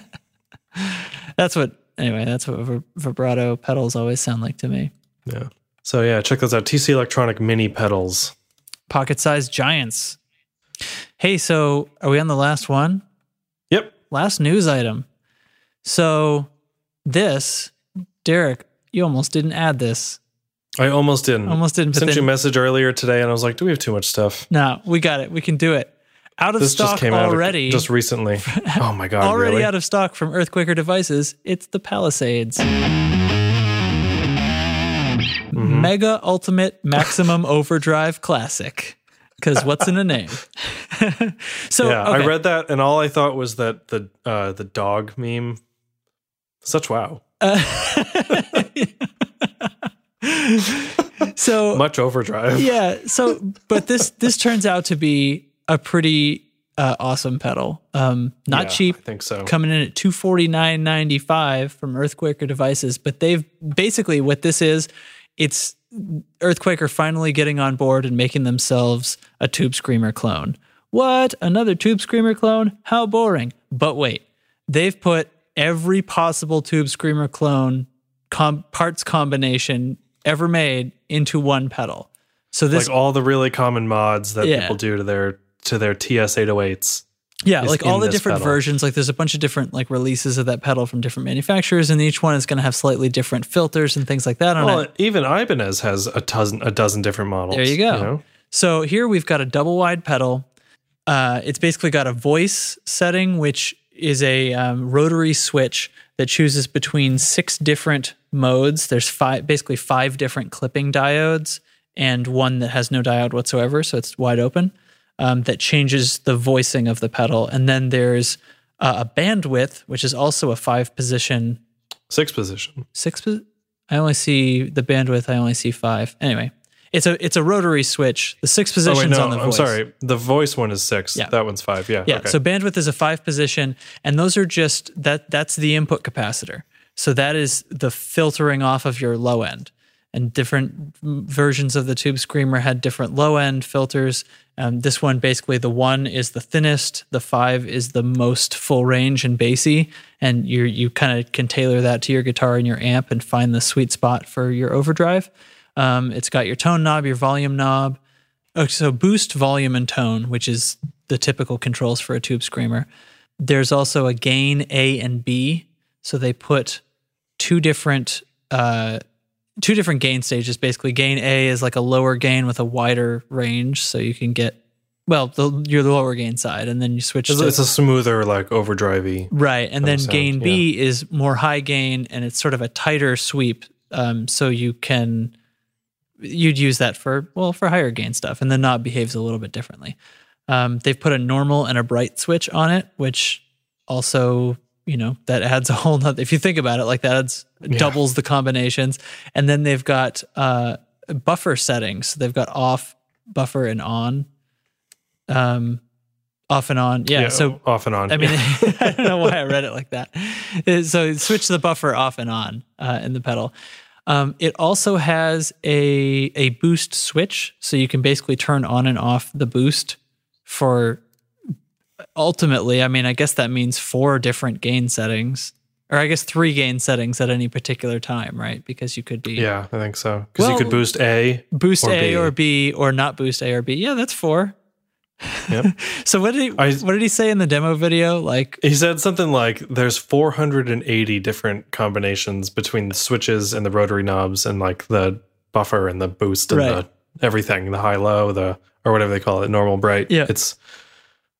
A: That's what anyway. That's what vib- vibrato pedals always sound like to me.
B: yeah. So yeah, check those out. TC Electronic mini pedals.
A: Pocket-sized giants. Hey, so are we on the last one?
B: Yep.
A: Last news item. So this, Derek, you almost didn't add this.
B: I almost didn't.
A: Almost didn't. But
B: Sent you a
A: then,
B: message earlier today, and I was like, "Do we have too much stuff?"
A: no, we got it. We can do it. Out of
B: This
A: stock
B: just came out of-
A: already.
B: just recently. Oh my god!
A: already
B: really?
A: out of stock from Earthquaker Devices. It's the Palisades.
B: Mm-hmm.
A: Mega Ultimate Maximum Overdrive Classic. Because what's in a name? so
B: yeah,
A: okay.
B: I read that, and all I thought was that the uh, the dog meme. Such wow,
A: so
B: much overdrive.
A: yeah. So, but this this turns out to be a pretty uh, awesome pedal. Um, not
B: Yeah,
A: cheap.
B: I think so.
A: coming in at 249.95 from Earthquaker Devices, but they've basically what this is, it's Earthquaker finally getting on board and making themselves a Tube Screamer clone. What? Another Tube Screamer clone? How boring. But wait, they've put every possible Tube Screamer clone com- parts combination ever made into one pedal. So this
B: like all the really common mods that
A: Yeah.
B: people do to their to their TS 808s.
A: Yeah,
B: is
A: like all
B: in
A: the
B: this
A: different
B: pedal.
A: versions. Like there's a bunch of different like releases of that pedal from different manufacturers, and each one is going to have slightly different filters and things like that on
B: Well,
A: it.
B: even Ibanez has a dozen a dozen different models.
A: There you go.
B: know?
A: So here we've got a double wide pedal. Uh, it's basically got a voice setting, which is a um, rotary switch that chooses between six different modes. There's five, basically five different clipping diodes, and one that has no diode whatsoever, so it's wide open. Um, that changes the voicing of the pedal, and then there's uh, a bandwidth, which is also a five position
B: Six position.
A: six po- i only see the bandwidth i only see five anyway it's a it's a rotary switch the six
B: Oh
A: positions
B: wait, no,
A: on the
B: I'm
A: voice
B: sorry. The voice one is six.
A: Yeah.
B: That one's five. Yeah.
A: yeah
B: okay.
A: so bandwidth is a five position and those are just that that's the input capacitor so that is the filtering off of your low end and different m- versions of the tube screamer had different low end filters um, this one basically the one is the thinnest the five is the most full range and bassy and you you kind of can tailor that to your guitar and your amp and find the sweet spot for your overdrive um, it's got your tone knob your volume knob Oh, so boost volume and tone, which is the typical controls for a tube screamer. There's also a gain A and B. So they put two different uh, two different gain stages. Basically, gain A is like a lower gain with a wider range, so you can get well the, your lower gain side, and then you switch.
B: It's,
A: to,
B: it's a smoother, like overdrivey.
A: Right, and then
B: Sounds,
A: gain B is more high gain, and it's sort of a tighter sweep. Um, so you can you'd use that for well for higher gain stuff, and the knob behaves a little bit differently. Um, they've put a normal and a bright switch on it, which also you know that adds a whole nother. If you think about it, like that adds doubles the combinations, and then they've got uh, buffer settings. So they've got off buffer and on. Um, off and on. yeah so
B: off and on.
A: I mean, I don't know why I read it like that. Uh, So switch the buffer off and on uh, in the pedal. Um, it also has a a boost switch, so you can basically turn on and off the boost for ultimately. I mean, I guess that means four different gain settings, or I guess three gain settings at any particular time, right? Because you could be
B: yeah, I think so. Because
A: Well-
B: you could boost A.
A: boost
B: Or
A: A
B: B.
A: or B, or not boost A or B. Yeah, that's four.
B: Yep.
A: So what did he,
B: I-
A: what did he say in the demo video? Like
B: He said something like there's 480 different combinations between the switches and the rotary knobs and like the buffer and the boost and
A: Right.
B: the everything, the high low, the or whatever they call it, normal bright.
A: Yeah.
B: It's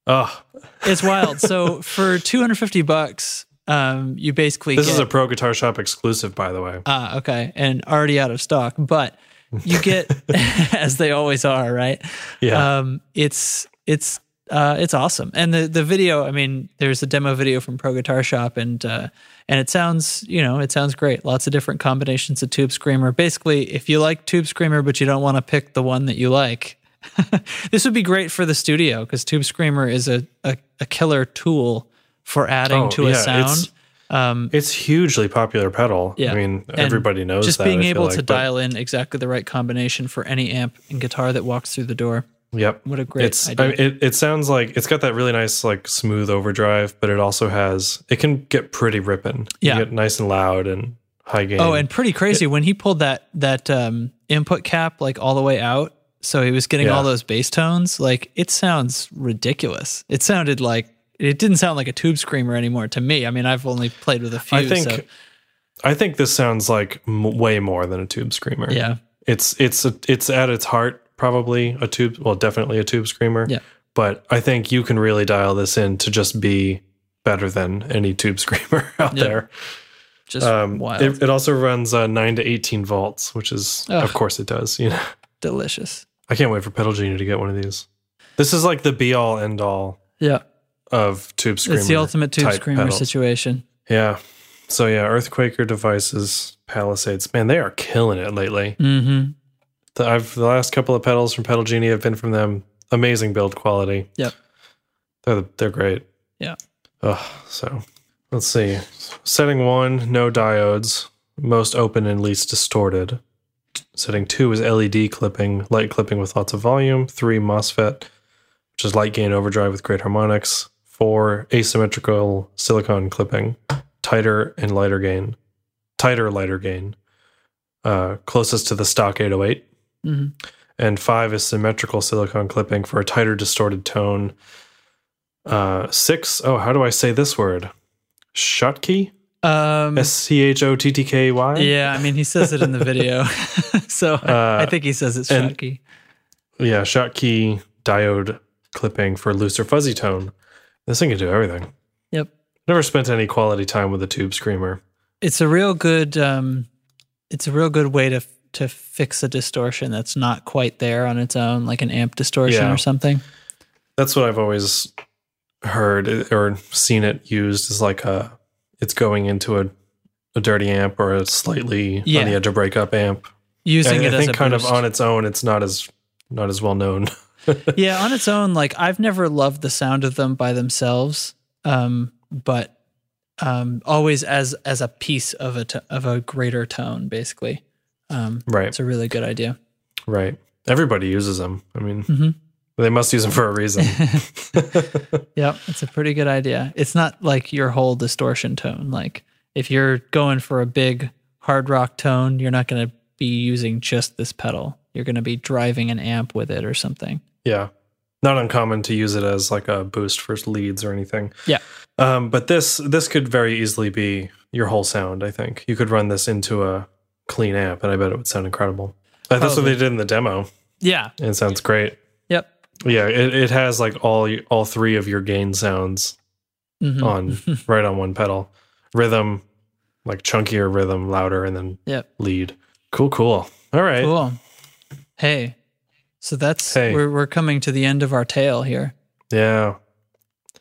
B: oh,
A: It's wild. So for 250 bucks, um, you basically
B: this
A: get,
B: is a pro guitar shop exclusive, by the way.
A: ah okay, and already out of stock, but you get as they always are, right?
B: Yeah.
A: Um, it's it's uh, it's awesome, and the the video. I mean, there's a demo video from Pro Guitar Shop, and uh, and it sounds you know it sounds great. Lots of different combinations of Tube Screamer. Basically, if you like Tube Screamer, but you don't want to pick the one that you like. this would be great for the studio because Tube Screamer is a, a, a killer tool for adding
B: Oh,
A: to a
B: yeah,
A: sound.
B: it's- it's hugely popular pedal.
A: Yeah.
B: I mean,
A: And
B: everybody knows
A: Just
B: that. I
A: being
B: feel
A: able
B: like,
A: to
B: but-
A: dial in exactly the right combination for any amp and guitar that walks through the door.
B: Yep.
A: What a great
B: it's,
A: idea.
B: I mean, it, it sounds like it's got that really nice, like smooth overdrive, but it also has, it can get pretty ripping.
A: Yeah.
B: You get nice and loud and high gain.
A: Oh, and pretty crazy when he pulled that that um, input cap like all the way out, so he was getting
B: Yeah.
A: all those bass tones. Like it sounds ridiculous. It sounded like it didn't sound like a tube screamer anymore to me. I mean, I've only played with a few.
B: I think,
A: so,
B: I think this sounds like m- way more than a tube screamer.
A: yeah,
B: It's, it's, a, it's at its heart, probably a tube, well, definitely a tube screamer.
A: Yeah.
B: But I think you can really dial this in to just be better than any tube screamer out
A: Yeah.
B: there.
A: just
B: Um,
A: wild,
B: it, it also runs uh, 9 to 18 volts, which is,
A: Ugh.
B: of course, it does. You know,
A: delicious.
B: I can't wait for Pedal Genie to get one of these. This is like the be all end all
A: Yeah,
B: of tube screamer.
A: it's the ultimate tube
B: type
A: screamer
B: pedals.
A: situation.
B: Yeah. So yeah, Earthquaker devices, Palisades. Man, they are killing it lately.
A: Mm-hmm.
B: The, I've the last couple of pedals from Pedal Genie have been from them. Amazing build quality.
A: Yep.
B: They're they're great.
A: Yeah.
B: Ugh, so let's see. Setting one, no diodes, most open and least distorted. Setting two is LED clipping, light clipping with lots of volume. Three, MOSFET, which is light gain overdrive with great harmonics. Four, asymmetrical silicon clipping, tighter and lighter gain, tighter, lighter gain, uh, closest to the stock 808.
A: Mm-hmm.
B: And five is symmetrical silicon clipping for a tighter, distorted tone. Uh, six, oh, how do I say this word? Schottky?
A: Um,
B: S C H O T T K Y?
A: yeah, I mean, he says it in the video, so I, I
B: Uh,
A: think he says it's
B: and-
A: Shotkey.
B: Yeah, Schottky diode clipping for loose or fuzzy tone. This thing can do everything.
A: Yep.
B: Never spent any quality time with a tube screamer.
A: it's a real good um it's a real good way to to fix a distortion that's not quite there on its own like an amp distortion
B: Yeah.
A: or something
B: That's what I've always heard uh, or seen it used as like a, it's going into a, a dirty amp or a slightly
A: Yeah.
B: on the edge of breakup amp.
A: using
B: I,
A: it
B: I
A: as
B: think
A: a
B: kind
A: boost.
B: of on its own, it's not as not as well known.
A: yeah on its own like i've never loved the sound of them by themselves um but um always as as a piece of a t- of a greater tone basically um
B: Right,
A: it's a really good idea
B: right. Everybody uses them. I mean,
A: Mhm.
B: they must use them for a reason.
A: Yep, it's a pretty good idea. It's not like your whole distortion tone. Like if you're going for a big hard rock tone, you're not going to be using just this pedal. you're going to be driving an amp with it or something.
B: Yeah. Not uncommon to use it as like a boost for leads or anything.
A: Yeah.
B: Um, but this this could very easily be your whole sound, I think. You could run this into a clean amp and I bet it would sound incredible. Uh, that's what
A: Probably.
B: they did in the demo.
A: Yeah.
B: And it sounds great.
A: Yep.
B: Yeah, it, it has like all y- all three of your gain sounds
A: Mhm.
B: on right on one pedal. Rhythm, like chunkier rhythm, louder, and then
A: Yep.
B: lead. Cool, cool. All right.
A: Cool. Hey. So that's
B: Hey.
A: we're we're coming to the end of our tale here.
B: Yeah.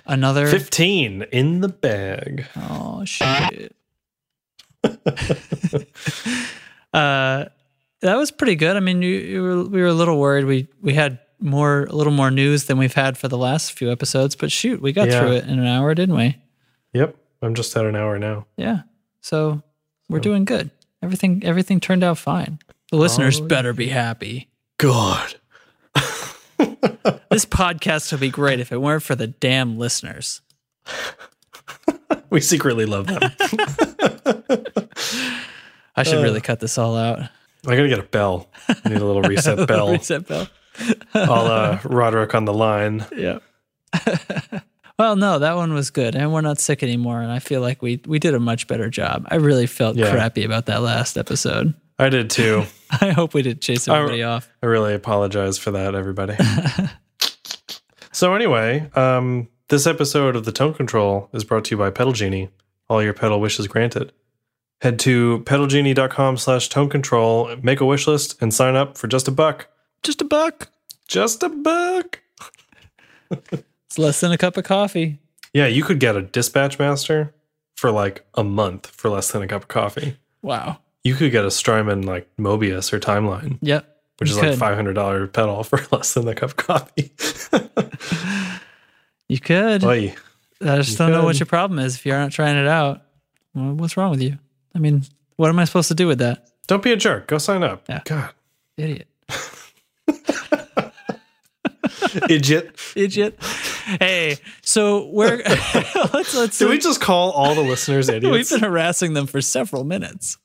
A: Another
B: 15 in the bag.
A: Oh shit. uh that was pretty good. I mean, you, you were, we were a little worried. We we had more a little more news than we've had for the last few episodes, but shoot, we got
B: Yeah.
A: through it in an hour, didn't we?
B: Yep. I'm just at an hour now.
A: Yeah. So we're doing good. Everything everything turned out fine. The listeners
B: Oh, yeah.
A: better be happy.
B: God.
A: This podcast would be great if it weren't for the damn listeners.
B: We secretly love them.
A: I should
B: Uh,
A: really cut this all out.
B: I gotta get a bell. I need a little reset bell.
A: Reset bell.
B: I'll uh, Roderick on the line.
A: Yeah. well, no, that one was good, and we're not sick anymore. And I feel like we we did a much better job. I really felt
B: Yeah.
A: crappy about that last episode.
B: I did too.
A: I hope we didn't chase everybody off.
B: I really apologize for that, everybody. so anyway, um, this episode of the Tone Control is brought to you by Pedal Genie. All your pedal wishes granted. Head to pedalgenie.com slash tone control, make a wish list, and sign up for just a buck.
A: Just a buck.
B: Just a buck.
A: It's less than a cup of coffee.
B: Yeah, you could get a dispatch master for like a month for less than a cup of coffee.
A: Wow.
B: You could get a Strymon like Mobius or Timeline,
A: Yep.
B: which
A: You
B: is like
A: could.
B: five hundred dollar pedal for less than a cup of coffee.
A: You could.
B: Oy.
A: I just don't know what
B: could.
A: your problem is if you're not trying it out. Well, what's wrong with you? I mean, what am I supposed to do with that?
B: Don't be a jerk. Go sign up.
A: Yeah.
B: God,
A: Idiot.
B: idiot.
A: Idiot. hey, so we're let's let's
B: Did we just call all the listeners
A: We've
B: idiots?
A: been harassing them for several minutes.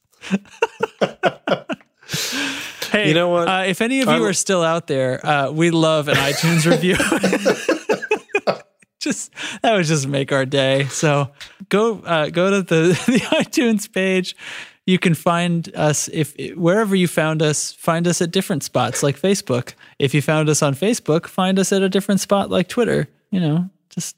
A: hey,
B: You know what?
A: Uh, if any of
B: I'm-
A: you are still out there, uh, we love an iTunes review. just that would just make our day. So go uh, go to the the iTunes page. You can find us if wherever you found us, find us at different spots like Facebook. If you found us on Facebook, find us at a different spot like Twitter. You know, just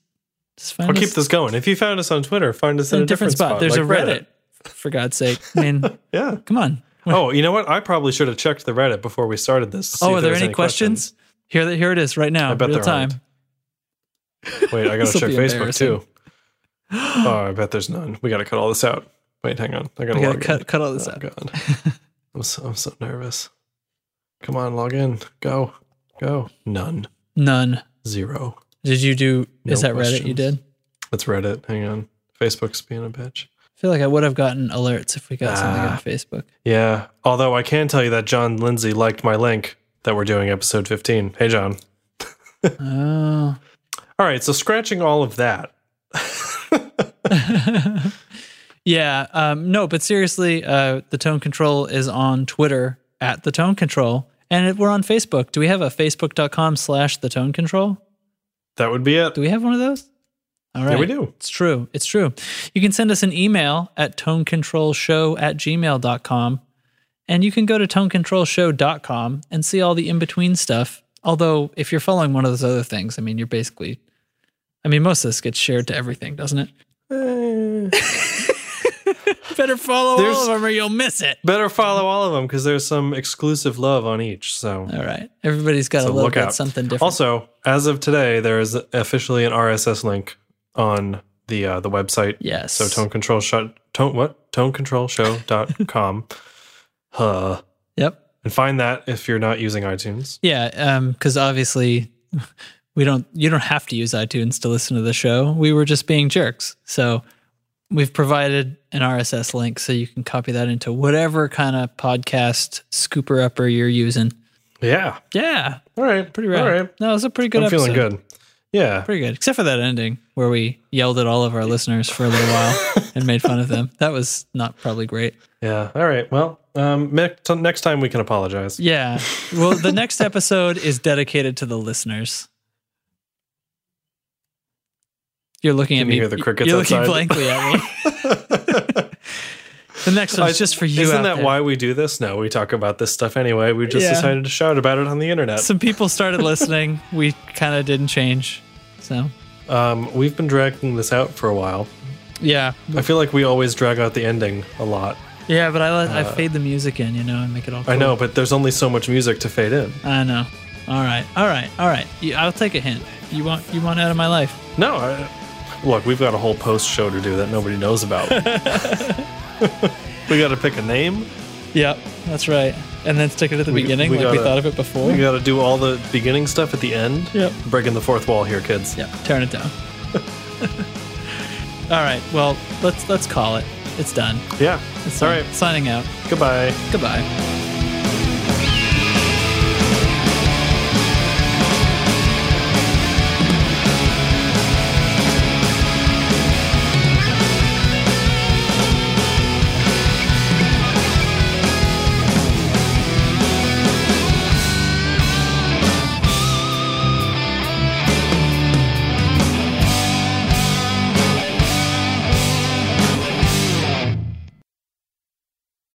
A: just find
B: I'll
A: us
B: keep this going. If you found us on Twitter, find us in
A: in
B: a different, spot.
A: There's
B: like
A: a Reddit, for God's sake. I mean,
B: Yeah.
A: come on.
B: Oh, you know what? I probably should have checked the Reddit before we started this. to see
A: oh,
B: if
A: are there any questions? Here, th- here it is right now.
B: I bet
A: real
B: there
A: time.
B: aren't. Wait, I gotta
A: This'll
B: check
A: be
B: Facebook
A: embarrassing.
B: too. Oh, I bet there's none. We gotta cut all this out. Wait, hang on. I gotta
A: We gotta
B: log in.
A: cut, cut all this
B: Oh,
A: out.
B: God. I'm so, I'm so nervous. Come on, log in. Go. Go. None.
A: None.
B: Zero.
A: Did you do? is
B: No
A: that Reddit? You
B: questions.
A: did. I
B: Let's Reddit. Hang on. Facebook's being a bitch.
A: feel like I would have gotten alerts if we got something on
B: Ah.
A: Facebook.
B: Yeah. Although I can tell you that John Lindsay liked my link that we're doing episode 15. Hey, John.
A: Oh.
B: All right. So, scratching all of that.
A: yeah. Um, no, but seriously, uh, the tone control is on Twitter at the tone control, and it, we're on Facebook. Do we have a facebook.com slash the tone control?
B: That would be it.
A: Do we have one of those? All right.
B: Yeah, we do.
A: It's true. It's true. You can send us an email at tonecontrolshow at gmail.com. And you can go to tonecontrolshow.com and see all the in between stuff. Although, if you're following one of those other things, I mean, you're basically, I mean, most of this gets shared to everything, doesn't it?
B: Eh,
A: Better follow all
B: There's-
A: of them or you'll miss it.
B: Better follow all of them because there's some exclusive love on each. So,
A: All right. Everybody's got
B: so
A: a little
B: look
A: bit
B: out.
A: something different.
B: Also, as of today, there is officially an RSS link on the uh, the website.
A: yes.
B: So, tone control shot tone what tone control show.com. huh.
A: Yep.
B: And find that if you're not using iTunes.
A: Yeah, because obviously we don't. You don't have to use iTunes to listen to the show. We were just being jerks. So we've provided an RSS link so you can copy that into whatever kind of podcast scooper upper you're using.
B: Yeah.
A: Yeah,
B: All right.
A: pretty rad.
B: All right.
A: No, it's a pretty good.
B: I'm feeling
A: episode.
B: good. Yeah.
A: Pretty good, except for that ending where we yelled at all of our listeners for a little while and made fun of them. That was not probably great.
B: Yeah. All right. Well, Um, me- t- next time we can apologize.
A: Yeah. Well, the next episode is dedicated to the listeners. You're looking
B: Can
A: at me.
B: you hear the crickets
A: You're
B: outside?
A: looking blankly at me. the next one's just for you.
B: Isn't
A: out
B: that
A: there.
B: why we do this? No, we talk about this stuff anyway. We just
A: Yeah.
B: decided to shout about it on the internet.
A: Some people started listening. we kind of didn't change. So,
B: Um, we've been dragging this out for a while.
A: yeah.
B: I feel like we always drag out the ending a lot.
A: Yeah, but I let, I fade the music in, you know, and make it all cool.
B: Uh, I know, but there's only so much music to fade in.
A: I know. All right. All right. All right. You, I'll take a hint. You want you want out of my life.
B: No, I, look, we've got a whole post show to do that nobody knows about. we got to pick a name.
A: Yep, that's right. And then stick it at the
B: We-
A: beginning
B: we
A: like we
B: gotta-
A: thought of it before.
B: We got to do all the beginning stuff at the end.
A: Yep.
B: Breaking the fourth wall here, kids.
A: Yeah, turn it down. All right. Well, let's let's call it. It's done.
B: Yeah.
A: It's
B: All
A: done.
B: right.
A: Signing out.
B: Goodbye.
A: Goodbye.